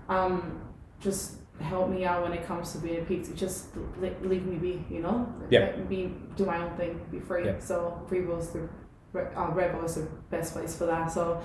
um, just help me out when it comes to being a pizza. Just le- leave me be, you know.
Yeah.
Let me do my own thing, be free.
Yeah.
So Revo is the Re- uh, Revo is the best place for that. So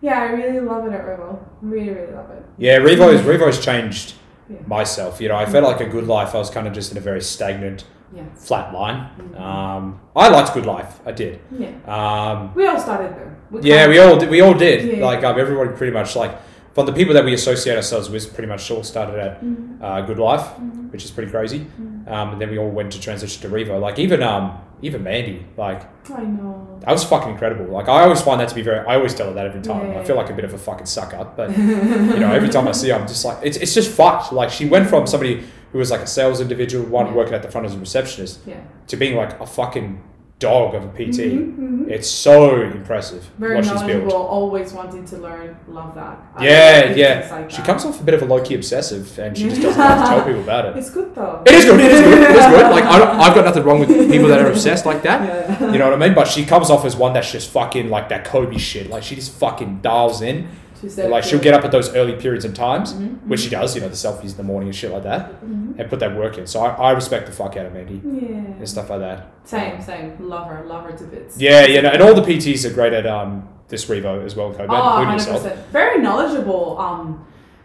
yeah, I really love it at Revo. Really, really love it.
Yeah, Revo's Revo's changed
Mm. Yeah.
myself. You know, I felt like a good life. I was kind of just in a very stagnant,
Yeah.
flat line.
Mm.
Um, I liked good life. I did.
Yeah.
Um,
We all started there.
yeah,
kinda-
we all did. We all did.
Yeah.
Like um, everyone, pretty much. Like, but the people that we associate ourselves with, pretty much all started at
Mhm.
uh, Good Life,
Mhm.
which is pretty crazy.
Mhm.
Um, and then we all went to transition to Revo. Like even um, even Mandy, like
I know.
that was fucking incredible. Like I always find that to be very. I always tell her that every time.
Yeah.
I feel like a bit of a fucking suck up, but you know, every time I see her, I'm just like, it's, it's just fucked. Like she went from somebody who was like a sales individual, one
Yeah.
working at the front as a receptionist,
Yeah.
to being like a fucking dog of a PT.
Mhm, mhm.
It's so impressive
Very
what she's
knowledgeable,
built.
always wanting to learn. Love that. I
Yeah,
love
yeah.
things like
she
that.
comes off a bit of a low key obsessive, and she just doesn't like to tell people about it.
It's good though.
It is good. It is good. It is good. Like I don't, I've got nothing wrong with people that are obsessed like that.
Yeah.
You know what I mean? But she comes off as one that's just fucking like that Kobe shit. Like she just fucking dials in.
She said
like
it
she'll
too.
get up at those early periods and times,
Mhm.
which she does, you know, the selfies in the morning and shit like that,
Mhm.
and put that work in. So I, I respect the fuck out of Mandy
Yeah.
and stuff like that.
Same, same. Love her. Love her to bits.
Yeah, yeah, no, and all the PTs are great at um this Revo as well, Kobe,
Oh,
including
100
yourself.
percent. Very knowledgeable. Um,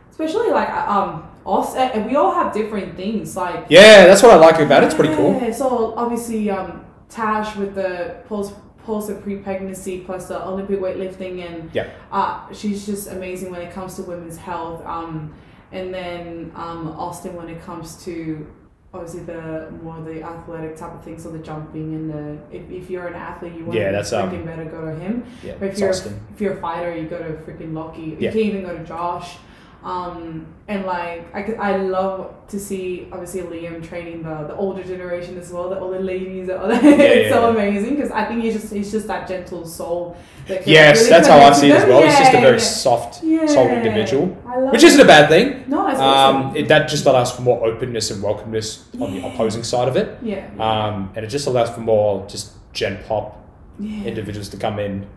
especially like um, us. And we all have different things. Like
Yeah, that's what I like about it. It's pretty cool.
Yeah, so obviously, um, Tash with the post post and pre pregnancy plus the Olympic weightlifting and
Yeah.
uh, she's just amazing when it comes to women's health. Um, and then um, Austin when it comes to obviously the more the athletic type of things, so the jumping and the if, if you're an athlete, you want
Yeah,
to
that's, um,
freaking better go to him.
Yeah,
But if
it's
you're
Austin.
if you're a fighter, you go to freaking Loki. You
Yeah.
can even go to Josh. Um, and like I, could- I love to see obviously Liam training the, the older generation as well, the older ladies. The older, it's
yeah,
so
yeah.
amazing because I think he's just he's just that gentle soul. That can
Yes,
really
that's how I
connect
see it
with
as
them.
well. It's just a
Yeah,
very
yeah.
soft,
yeah.
soft individual,
I love
which isn't
it.
a bad thing.
no, it's
Um,
awesome.
it, that just allows for more openness and welcomeness on the
Yeah.
opposing side of it,
yeah,
um, and it just allows for more just gen pop
yeah.
individuals to come in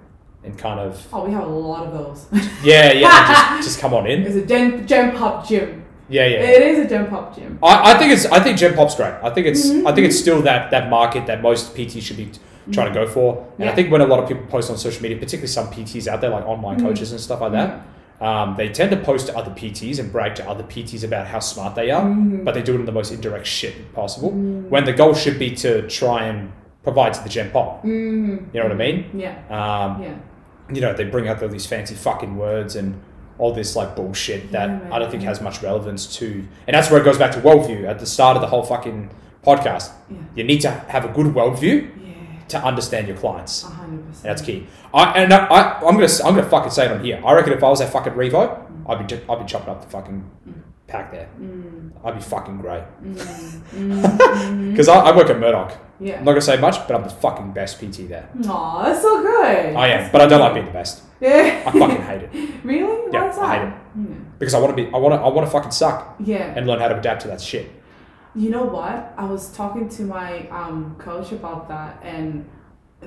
and kind of
oh, we have a lot of those.
yeah yeah just, just come on in
it's a gen gen pop gym.
yeah yeah
It is a gen pop gym.
I, I think it's I think Gen Pop's great I think it's I think it's still that that market that most PTs should be t- trying to go for and I
Yeah.
think when a lot of people post on social media particularly some PTs out there like online coaches and stuff like that um, they tend to post to other PTs and brag to other PTs about how smart they
Mm-hmm.
are but they do it in the most indirect shit possible when the goal should be to try and provide to the Gen Pop
Mm,
you know what I mean
yeah,
um,
yeah.
you know, they bring out all these fancy fucking words and all this like bullshit that
Yeah,
I don't think
man.
has much relevance to. And that's where it goes back to worldview at the start of the whole fucking podcast.
Yeah.
You need to have a good worldview
Yeah,
to understand your clients.
a hundred percent.
And that's key. I and I, I I'm gonna s- I'm gonna fucking say it on here. I reckon if I was at fucking Revo, I'd be ju- I'd be chopping up the fucking pack there.
Mm,
I'd be fucking great.
mm, mm, mhm.
Because I, I work at Murdoch.
yeah.
I'm not gonna say much, but I'm the fucking best PT there.
Aw, that's so good.
I am, but I don't like being the best.
Yeah.
I fucking hate it
really?
Yeah,
What's
I
that?
hate because I want to be. I want to. I want to fucking suck
Yeah. yeah.
and learn how to adapt to that shit.
You know what? I was talking to my um, coach about that, and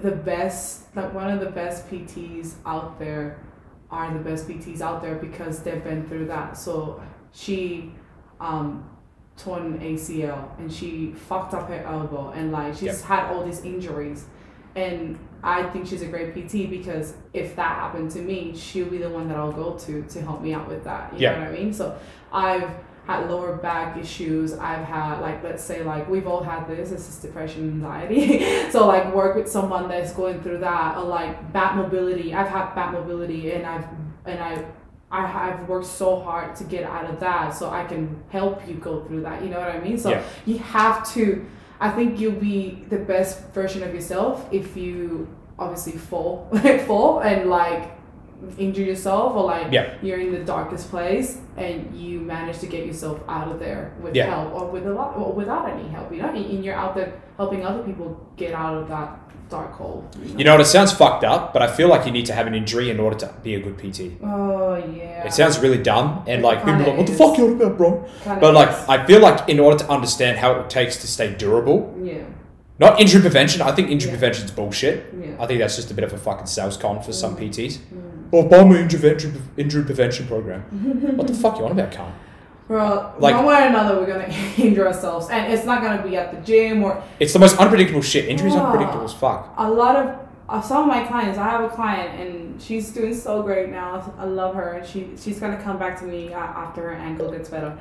the best, like one of the best PTs out there, are the best PTs out there because they've been through that. So she, um, torn an ACL and she fucked up her elbow and like she's had all these injuries, and I think she's a great PT because if that happened to me, she'll be the one that I'll go to to help me out with that. You
Yeah.
know what I mean? So I've had lower back issues. I've had like let's say like we've all had this. This is depression, anxiety. so like work with someone that's going through that or like back mobility. I've had back mobility and I've and I. I have worked so hard to get out of that so I can help you go through that. You know what I mean? So
Yeah.
you have to, I think you'll be the best version of yourself if you obviously fall, fall and like injure yourself or like
Yeah.
you're in the darkest place and you manage to get yourself out of there with
Yeah.
help or with a lot or without any help, you know, and and you're out there helping other people get out of that dark hole.
You know what? It sounds fucked up, but I feel like you need to have an injury in order to be a good PT.
Oh yeah.
It sounds really dumb, and like people are like, "What the
Kinda
fuck
is.
you on about, bro?"
Kinda
But like,
is.
I feel like in order to understand how it takes to stay durable,
yeah,
not injury prevention. I think injury
Yeah.
prevention is bullshit.
yeah.
I think that's just a bit of a fucking sales con for some PTs.
Mm.
Or bomb injury, injury, injury prevention program. what the fuck you on about, cunt?
Well,
Like-
one way or another, we're gonna injure ourselves, and it's not gonna be at the gym or
It's the most unpredictable shit. Injuries
Yeah.
unpredictable as fuck.
a lot of uh, some of my clients. I have a client, and she's doing so great now. I love her, and she she's gonna come back to me uh, after her ankle gets better.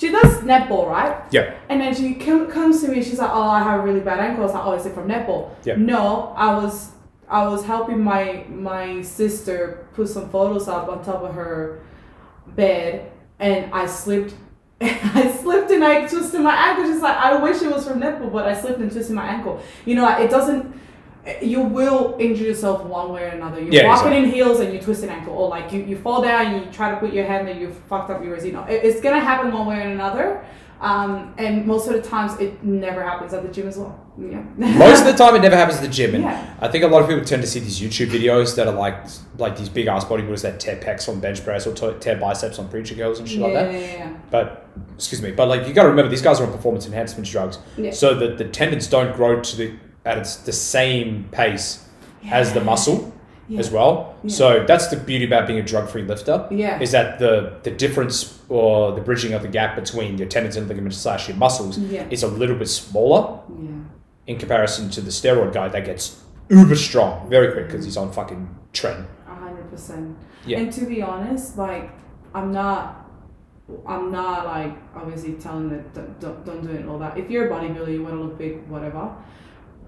She does netball, right?
Yeah.
And then she com- comes to me. She's like, "Oh, I have a really bad ankle." I was like, "Oh, is it from netball?"
Yeah.
No, I was I was helping my my sister put some photos up on top of her bed, and I slipped. I slipped and I twisted my ankle. She's like, "I wish it was from netball, but I slipped and twisted my ankle." You know, it doesn't. You will injure yourself one way or another. You're
Yeah,
walking in heels and you twist an ankle, or like you, you fall down and you try to put your hand and you fucked up yours. You know, it, it's gonna happen one way or another. Um, and most of the times, it never happens at the gym as well. Yeah.
Most of the time, it never happens at the gym. And
Yeah.
I think a lot of people tend to see these YouTube videos that are like like these big ass bodybuilders that tear pecs on bench press or te- tear biceps on preacher girls and shit
yeah,
like that.
yeah, yeah,
But excuse me, but like you got to remember these guys are on performance enhancement drugs,
Yeah.
so that the tendons don't grow to the at its, the same pace as the muscle
Yeah.
as well.
Yeah.
So that's the beauty about being a drug free lifter.
Yeah.
Is that the the difference or the bridging of the gap between your tendons and ligaments slash your muscles
Yeah.
is a little bit smaller
yeah.
in comparison to the steroid guy that gets uber strong very quick because he's on fucking trend.
A hundred percent.
Yeah.
And to be honest, like I'm not, I'm not like obviously telling that don't, don't, don't do it and all that. If you're a bodybuilder, you want to look big, whatever.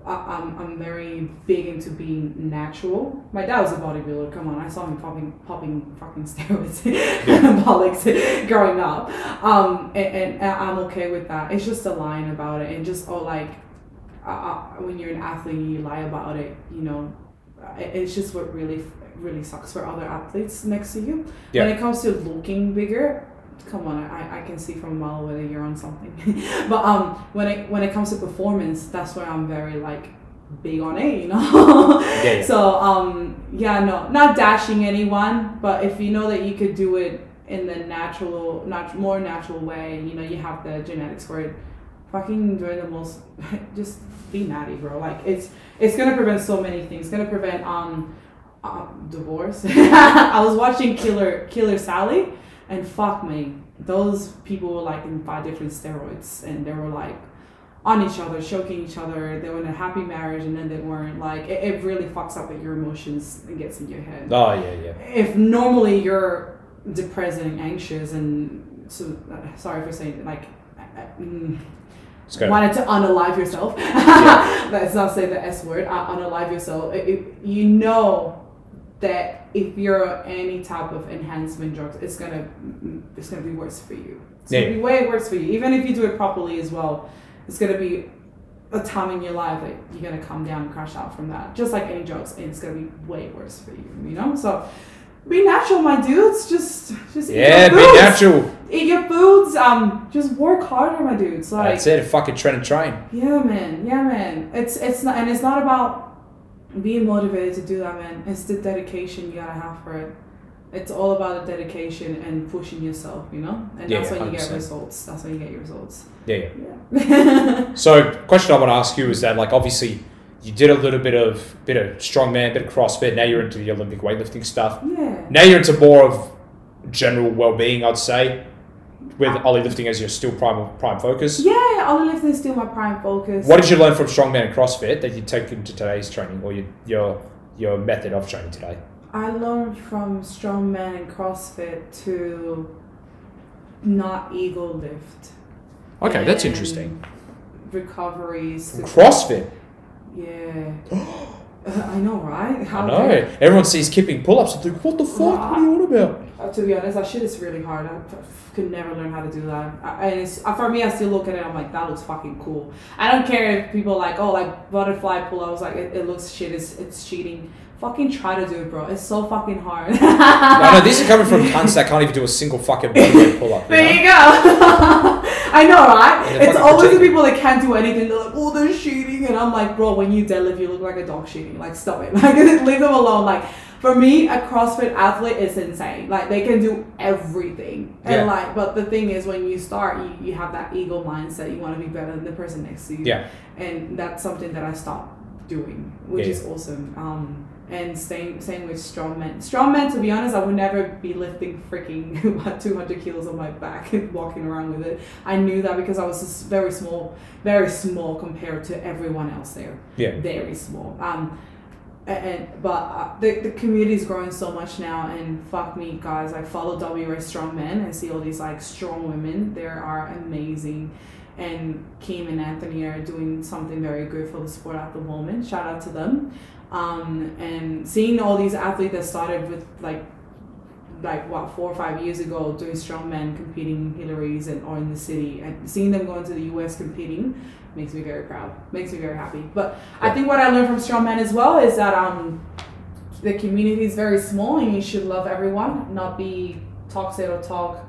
I, I'm, I'm very big into being natural. My dad was a bodybuilder. Come on, I saw him popping popping fucking steroids, and bollocks growing up. Um, and, and, and I'm okay with that. It's just a line about it, and just oh like, uh, uh, when you're an athlete, you lie about it. You know, it- it's just what really really sucks for other athletes next to you.
Yeah.
When it comes to looking bigger, come on, I, I can see from a mile whether you're on something. but um, when it when it comes to performance, that's where I'm very like big on it, you know.
Yeah, yeah.
So um, yeah, no, not dashing anyone, but if you know that you could do it in the natural, nat- more natural way, you know, you have the genetics for it. Fucking enjoy the most. just be natty, bro. Like it's it's gonna prevent so many things. It's gonna prevent um, um divorce. I was watching Killer Killer Sally, and fuck me, those people were like in five different steroids, and they were like on each other, choking each other. They were in a happy marriage, and then they weren't. Like it, it really fucks up with your emotions and gets in your head
Oh yeah, yeah.
if normally you're depressed and anxious and so uh, sorry for saying like uh, uh, mm,
It's good.
wanted to unalive yourself let's not say the s word uh, unalive yourself It- it- you know that if you're on any type of enhancement drugs it's gonna mm, it's gonna be worse for you it's
Yeah.
gonna be way worse for you even if you do it properly as well it's gonna be a time in your life that you're gonna come down and crash out from that just like any drugs and it's gonna be way worse for you you know so be natural, my dudes. Just, just eat
Yeah,
your
be
foods.
natural.
eat your foods. Um, just work harder, my dudes. Like
That's it. Fucking train and train.
yeah, man. Yeah, man. It's it's not, and it's not about being motivated to do that, man. It's the dedication you gotta have for it. It's all about the dedication and pushing yourself, you know. And
Yeah,
that's when you get
100%.
results. That's when you get your results.
Yeah, yeah.
Yeah.
So, question I want to ask you is that, like, obviously, you did a little bit of bit of strongman, bit of CrossFit. Now you're into the Olympic weightlifting stuff.
yeah.
Now you're into more of general well-being, I'd say, with
Ah.
ollie lifting as your still prime prime focus.
Yeah, Ollie lifting is still my prime focus.
What did you learn from strongman and CrossFit that you take into today's training or your your your method of training today?
I learned from strongman and CrossFit to not ego lift.
Okay, that's
and
interesting.
Recoveries. to-
CrossFit.
Yeah. Uh, I know, right?
I
How
know.
dare-
Everyone sees kipping pull-ups and think, "What the fuck? What are you on about?"
Uh, to be honest, that shit is really hard. I f- could never learn how to do that. I, and it's, uh, for me, I still look at it. I'm like, that looks fucking cool. I don't care if people like, oh, like butterfly pull. I was like, it, it looks shit. It's it's cheating. Fucking try to do it, bro. It's so fucking hard.
I know this is coming from cunts that can't even do a single fucking bodyweight pull-up. you
There
know?
you go. I know, right?
Yeah,
it's
fucking
always the
protect-
people that can't do anything. They're like, oh, they're cheating. And I'm like, bro, when you deadlift, you look like a dog cheating. Like, stop it. Like, leave them alone. Like, for me, a CrossFit athlete is insane. Like, they can do everything.
Yeah.
And, like, but the thing is, when you start, you, you have that ego mindset. You want to be better than the person next to you.
Yeah.
And that's something that I stopped doing, which
Yeah,
is awesome. Um, and same same with strongmen. Strongmen, to be honest, I would never be lifting freaking 200 kilos on my back and walking around with it. I knew that because I was just very small, very small compared to everyone else there.
Yeah.
Very small. Um, a- and but uh, the the community is growing so much now, and fuck me, guys, I follow WA Strong Men and see all these like strong women. There are amazing. And Kim and Anthony are doing something very good for the sport at the moment. Shout out to them. Um, and seeing all these athletes that started with like like what four or five years ago doing strongman competing Hillary's and or in the city and seeing them going to the US competing makes me very proud makes me very happy but I think what I learned from strongman as well is that um the community is very small and you should love everyone not be toxic or talk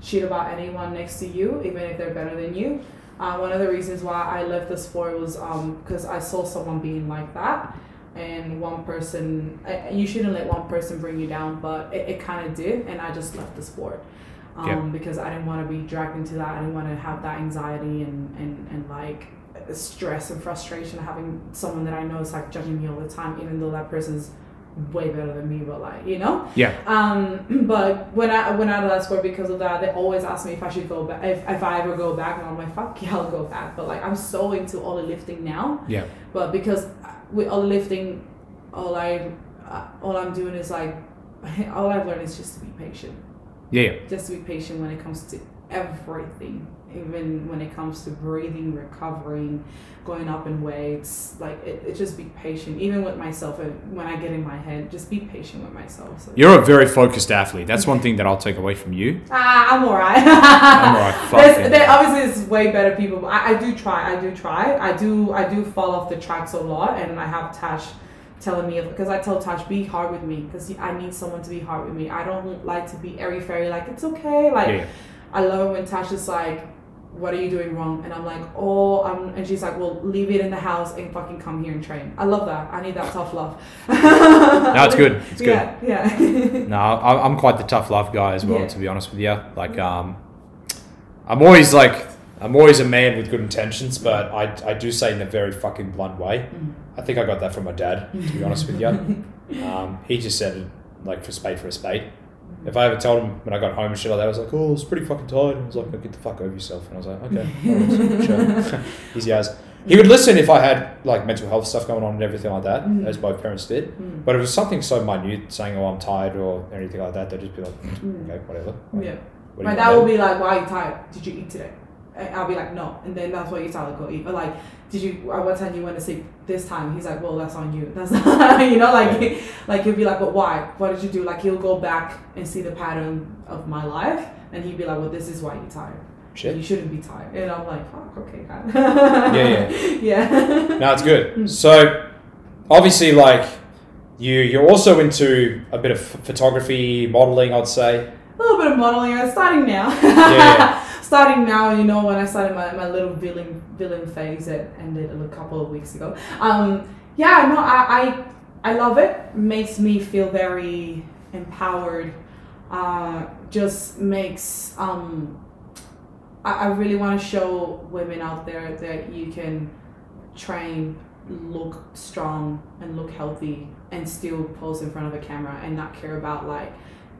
shit about anyone next to you even if they're better than you uh, one of the reasons why I left the sport was because I saw someone being like that and one person I- you shouldn't let one person bring you down but it, it kind of did and i just left the sport um,
Yeah.
because i didn't want to be dragged into that i didn't want to have that anxiety and, and, and like stress and frustration of having someone that i know is like judging me all the time even though that person's way better than me but like you know
Yeah.
um but when i when i left sport because of that they always ask me if i should go back if, if i ever go back and i'm like fuck yeah i'll go back but like i'm so into all the lifting now
Yeah.
but because uh, with all lifting all i uh, all i'm doing is like all i've learned is just to be patient
Yeah.
just to be patient when it comes to everything even when it comes to breathing recovering going up in weights like it, it just be patient even with myself and when i get in my head just be patient with myself so
You're a very focused athlete. That's one thing that I'll take away from you.
Ah, I'm alright.
alright, fuck
There's,
it.
there obviously is way better people. But I, I do try. I do try. I do. I do fall off the tracks a lot, and I have Tash telling me because I tell Tash be hard with me because I need someone to be hard with me. I don't like to be airy fairy. Like it's okay. Like
Yeah.
I love it when Tash is like. What are you doing wrong? And I'm like, oh, I'm, and she's like, well, leave it in the house and fucking come here and train. I love that. I need that tough love. no,
it's good. It's good.
Yeah, yeah.
No, I- I'm quite the tough love guy as well,
Yeah.
to be honest with you. Like, um, I'm always like, I'm always a man with good intentions, but I, I do say in a very fucking blunt way. I think I got that from my dad, to be honest with you.
Mm,
Um, he just said, it, like, for spade for a spade. If I ever told him when I got home and shit like that, I was like, oh, I was pretty fucking tired. And I was like, no, get the fuck over yourself. And I was like, okay, alright, sure. easy as. He would listen if I had like mental health stuff going on and everything like that,
Mm.
as my parents did.
Mm,
But if it was something so minute, saying, oh, I'm tired or anything like that, they'd just be like,
mm.
okay, whatever. Like,
Yeah.
what do
My
you
dad
want,
will be like, "Why are you tired? Did you eat today?" And I'll be like, "No," and then that's what you tell go eat. But like, did you? At what time you went to sleep this time? He's like, "Well, that's on you. That's you know, like,
Yeah.
like he'll be like, "But why? What did you do?" Like he'll go back and see the pattern of my life, and he'd be like, "Well, this is why you're tired.
dad?"
You
Shit.
shouldn't be tired." And I'm like, "Fuck, okay, God."
yeah.
yeah,
No, it's
Hmm.
good. So, obviously, like, you, you're also into a bit of ph- photography, modeling, I'd say.
a little bit of modeling. I'm starting now.
Yeah.
starting now, you know, when I started my, my little villain villain phase that ended a couple of weeks ago. Um, yeah, no, I, I I love it. Makes me feel very empowered. Uh, just makes um, I, I really want to show women out there that you can train, look strong, and look healthy, and still pose in front of a camera and not care about like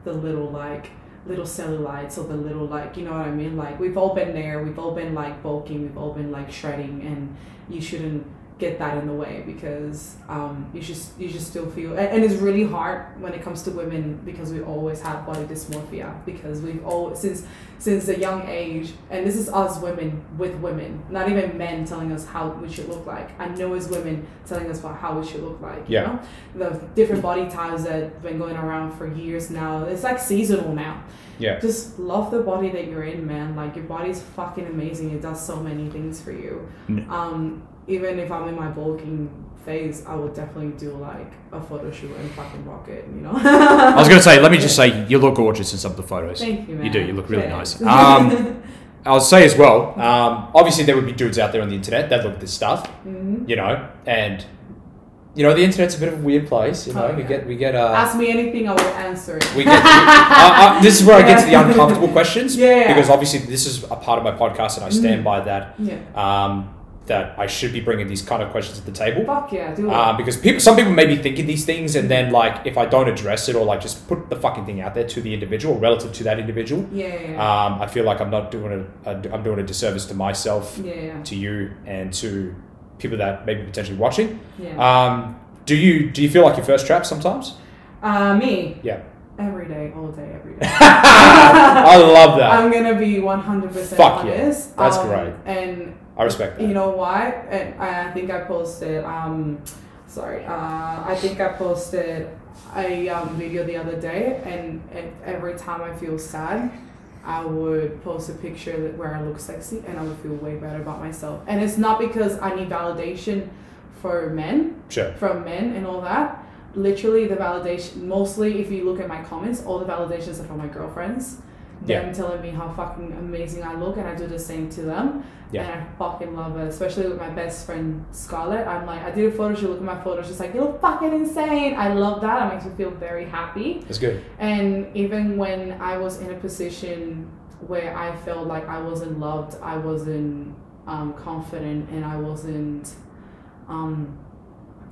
the little like little cellulites or the little like you know what I mean. Like we've all been there. We've all been like bulking. We've all been like shredding, and you shouldn't get that in the way because um, you just you just still feel and, and it's really hard when it comes to women because we always have body dysmorphia because we've all since since a young age and this is us women with women not even men telling us how we should look like I know it's women telling us about how we should look like you
Yeah.
know the different body types that have been going around for years now it's like seasonal now
Yeah.
just love the body that you're in, man. Like your body's fucking amazing. It does so many things for you.
Mm.
Um, even if I'm in my bulking phase, I would definitely do like a photo shoot and fucking rock it. You know.
I was going to say, let me just say, you look gorgeous in some of the photos.
Thank you, man.
You do. You look really nice.
Thanks.
Um, I'll say as well. Um, obviously, there would be dudes out there on the internet that look at this stuff,
Mhm.
you know, and
You know, the internet's a bit of a weird place. You know,
Oh,
we
yeah.
get we get uh,
Ask me anything, I will answer it.
we get. I, I, this is where I get to the
Yeah.
uncomfortable questions.
Yeah, Mm-hmm. yeah.
Because obviously, this is a part of my podcast, and I stand by that.
Yeah.
Um, that I should be bringing these kind of questions to the table.
Fuck yeah, do
Um,
it.
Uh, because people, some people may be thinking these things, and then like if I don't address it or like just put the fucking thing out there to the individual, relative to that individual,
yeah. Yeah.
uh,
Yeah.
um, I feel like I'm not doing a, a I'm doing a disservice to myself,
yeah, yeah,
to you, and to people that may be potentially watching.
yeah.
Um, do you do you feel like you're first trapped sometimes?
Uh, me.
Yeah.
Every day, all day, every day.
I love that.
I'm gonna be 100%
Fuck yeah.
honest. Um,
That's great.
And
I respect
You
that.
know why? And I I think I posted. Um, sorry. Uh, I think I posted a um, video the other day, and, and every time I feel sad, I would post a picture that where I look sexy, and I would feel way better about myself. And it's not because I need validation for men,
Sure.
from men and all that. Literally, the validation. Mostly, if you look at my comments, all the validations are from my girlfriends. Them telling me how fucking amazing I look, and I do the same to them.
Yeah.
And I fucking love it, especially with my best friend Scarlett. I'm like, I did a photo shoot. Look at my photos. She's like, you look fucking insane. I love that. It makes me feel very happy.
That's good.
And even when I was in a position where I felt like I wasn't loved, I wasn't um, confident, and I wasn't, um,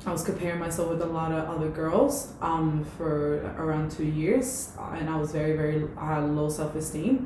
I was comparing myself with a lot of other girls um, for around two years, uh, and I was very, very uh, low self esteem.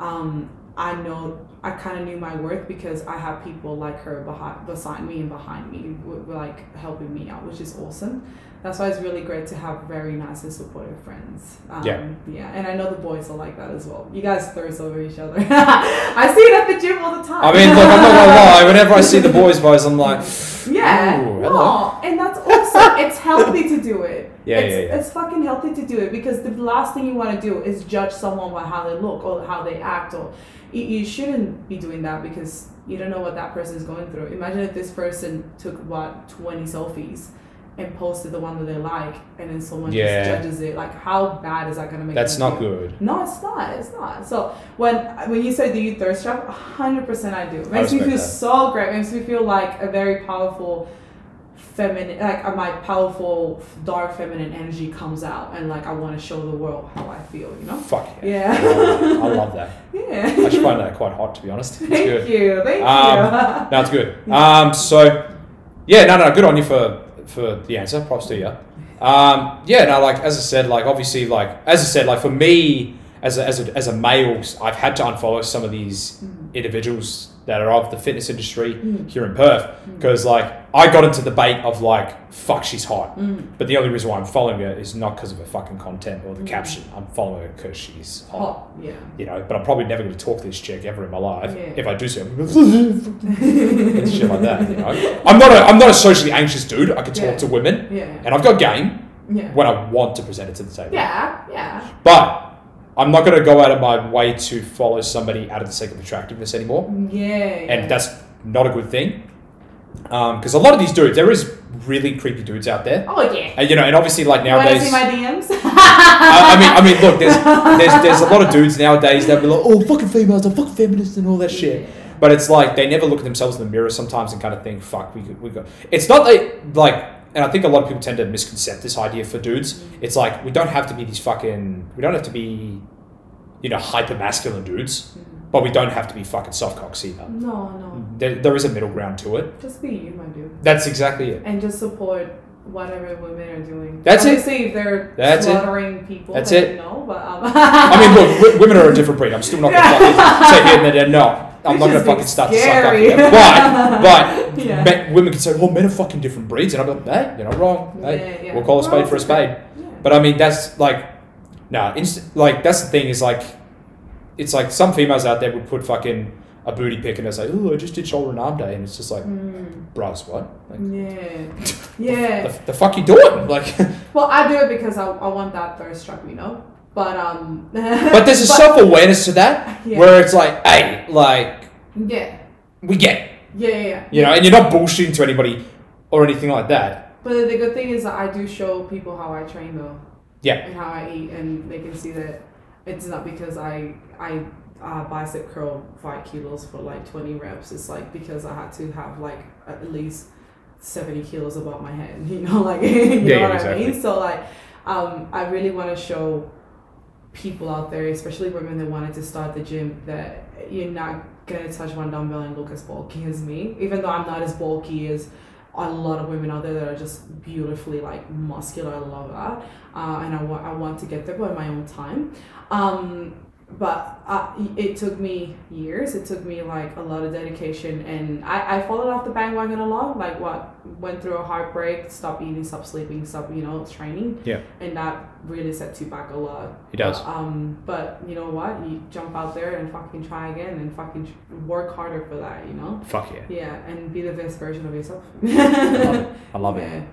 Um, I know I kind of knew my worth because I had people like her behind, beside me and behind me, w- like helping me out, which is awesome that's why it's really great to have very nice and supportive friends. Um,
Yeah.
yeah, and I know the boys are like that as well. You guys thirst over each other. I see it at the gym all the time.
I mean, look, I'm not gonna lie. Whenever I see the boys' voice, I'm like,
Yeah. Oh,
Ooh,
no,
hello.
and that's awesome. it's healthy to do it.
Yeah,
it's,
yeah, yeah.
It's fucking healthy to do it because the last thing you want to do is judge someone by how they look or how they act or you, you shouldn't be doing that because you don't know what that person is going through. Imagine if this person took what 20 selfies and posted the one that they like and then someone
Yeah.
just judges it. Like how bad is that going to make
that's
them
not
feel?
good.
No, it's not. It's not. So when when you say do you thirst trap, hundred percent I do. It makes me
respect
feel
that.
so great. makes me feel like a very powerful feminine, like uh, my powerful dark feminine energy comes out, and like I want to show the world how I feel. You know?
Fuck yeah.
Yeah.
I love that. I
Yeah.
actually find that quite hot, to be honest. It's
Thank
good.
you. Thank
Um,
you.
No, it's good. Um, so, yeah, no, no, good on you for for the answer. Props to you. Um, yeah, no, like as I said, like obviously, like as I said, like for me as a, as a, as a male, I've had to unfollow some of these individuals that are of the fitness industry
Mm,
here in Perth because like I got into the bait of like fuck she's hot,
mm,
but the only reason why I'm following her is not because of her fucking content or the caption. I'm following her because she's hot
Hot. Yeah.
you know, but I'm probably never going to talk to this chick ever in my life.
Yeah.
If I do so, I'm gonna be and shit like that. You know, I'm not a I'm not a socially anxious dude. I can talk
Yeah.
to women,
Yeah.
and I've got game
Yeah.
when I want to present it to the table.
Yeah. Yeah.
But I'm not going to go out of my way to follow somebody out of the sake of attractiveness anymore,
Yeah.
and that's not a good thing. Um, Because a lot of these dudes, there is really creepy dudes out there,
Oh yeah.
and you know, and obviously like
You want to
nowadays,
see my DMs?
I, I mean, I mean, look, there's, there's there's a lot of dudes nowadays that be like, oh, fucking females are fucking feminists and all that shit. But it's like they never look at themselves in the mirror sometimes and kind of think, fuck, we could, we got. It's not that like, and I think a lot of people tend to misconceive this idea for dudes. It's like we don't have to be these fucking, we don't have to be, you know, hyper masculine dudes, but we don't have to be fucking soft cocks either.
No, no.
There, there is a middle ground to it.
Just be you, my dude.
That's exactly it.
And just support whatever women are doing.
That's it.
Obviously, if they're
That's it.
slaughtering people,
That's
then
it.
No, but um,
I mean, look, w- women are a different breed. I'm still not going to fucking sit here and then, no, I'm not
Which
going
is
to fucking start
scary.
to suck up. here. But, but
Yeah.
men- women can say, well, men are fucking different breeds. And I'm like, hey, you're not wrong. Hey,
Yeah, yeah.
We'll call a
Well,
spade for a
it's
spade.
yeah.
But I mean, that's like, nah, inst- like, that's the thing is like, it's like some females out there would put fucking a booty pic and it's like, oh, I just did shoulder and arm day. And it's just like,
Mm,
bros, what? Like,
yeah, yeah.
the, the fuck you doing? Like,
Well, I do it because I, I want that thirst trap, you know. But um.
but there's a self awareness to that
Yeah.
where it's like, hey, like,
Yeah,
we get it.
yeah, yeah. yeah.
You know, and you're not bullshitting to anybody or anything like that.
But the good thing is that I do show people how I train though.
Yeah.
And how I eat, and they can see that it's not because I I uh, bicep curl five kilos for like twenty reps. It's like because I had to have like at least seventy kilos above my head. You know, like you know
yeah,
what I
exactly.
mean. So like, um, I really want to show people out there, especially women that wanted to start the gym, that you're not gonna touch one dumbbell and look as bulky as me, even though I'm not as bulky as a lot of women out there that are just beautifully like muscular. I love that, uh, and I want I want to get there by my own time. Um, but uh, it took me years. It took me like a lot of dedication, and I, I followed off the bandwagon a lot. Like what went through a heartbreak, stop eating, stop sleeping, stop you know training.
Yeah.
and that really sets you back a lot.
It does.
Um, but you know what? You jump out there and fucking try again, and fucking tr- work harder for that. You know.
Fuck yeah.
Yeah, and be the best version of yourself.
I love it.
Yeah.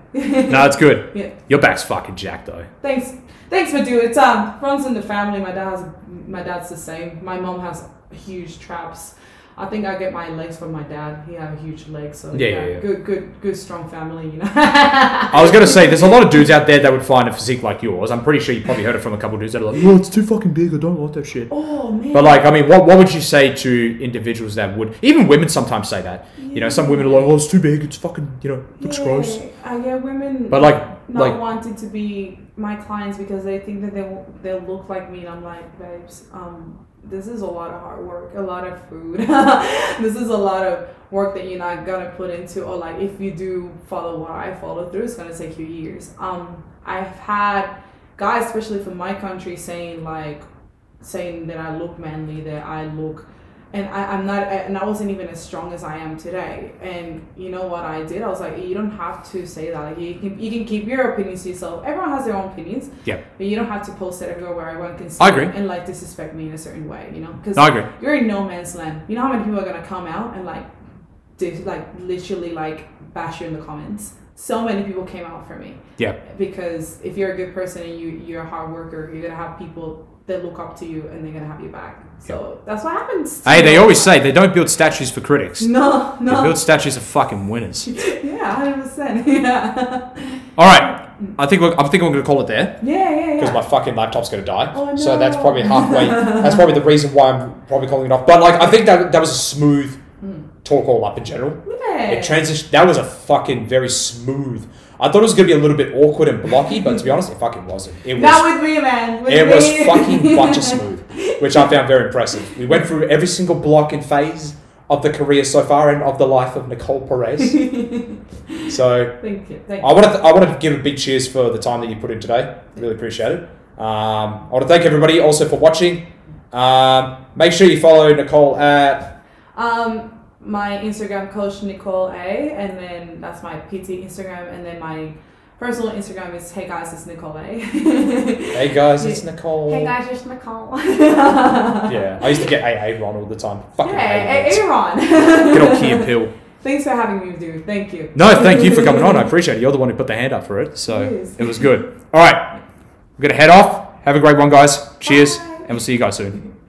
No, it's good.
Yeah.
Your back's fucking jacked though.
Thanks, thanks, Madhu. It's um runs in the family. My dad has, my dad's the same. My mom has huge traps. I think I get my legs from my dad. He have huge legs, so
Yeah, yeah, yeah.
good, good, good, strong family. You know.
I was gonna say, there's a lot of dudes out there that would find a physique like yours. I'm pretty sure you probably heard it from a couple of dudes that are like, "Well, it's too fucking big. I don't like that shit."
oh man.
But like, I mean, what, what would you say to individuals that would? Even women sometimes say that. You know, some women are like, "Oh, it's too big. It's fucking, you know, looks
yeah,
gross."
I get women.
But like,
not
like,
wanting to be my clients because they think that they will- they look like me and I'm like babes um this is a lot of hard work a lot of food this is a lot of work that you're not gonna put into or like if you do follow what I follow through it's gonna take you years um I've had guys especially from my country saying like saying that I look manly that I look and I, I'm not, and I wasn't even as strong as I am today. And you know what I did? I was like, you don't have to say that. Like, you can, you can keep your opinions to yourself. Everyone has their own opinions.
Yeah.
But you don't have to post it everywhere where everyone can see.
I agree.
it And like disrespect me in a certain way, you know? Because
I agree.
you're in no man's land. You know how many people are gonna come out and like, dis- like literally like bash you in the comments. So many people came out for me.
Yeah.
Because if you're a good person and you you're a hard worker, you're gonna have people that look up to you and they're gonna have your back. So that's what happens. to
Hey, they
you.
always say they don't build statues for critics.
No,
They
no.
build statues of fucking winners.
Yeah, hundred percent. Yeah.
All right, I think we're, I think we're gonna call it there.
Yeah, yeah,
because
yeah.
my fucking laptop's gonna die.
Oh,
So that's
no.
probably halfway. that's probably the reason why I'm probably calling it off. But like, I think that that was a smooth talk all up in general.
Hmm. yeah.
It transition. That was a fucking very smooth. I thought it was gonna be a little bit awkward and blocky, but to be honest, it fucking wasn't. It was.
Not with me, man. With
it was
me.
fucking bunch of smooth, which I found very impressive. We went through every single block and phase of the career so far and of the life of Nicole Perez. so
Thank you. Thank
I
you.
want to I want to give a big cheers for the time that you put in today. Really appreciate it. Um, I want to thank everybody also for watching. Um, make sure you follow Nicole at
Um, my Instagram coach Nicole A, and then that's my PT Instagram, and then my personal Instagram is Hey guys, it's Nicole A. hey
Hey guys, it's Nicole.
guys, it's Nicole.
Yeah, I used to get AA Ron all the time. Fucking
Yeah,
hate
Aaron.
Ron. Good old Key and Pill.
Thanks for having me, dude. Thank you.
No, thank you for coming on. I appreciate it. You're the one who put the hand up for it, so
Yes.
it was good. All right, we're gonna head off. Have a great one, guys. Cheers,
Bye.
and we'll see you guys soon.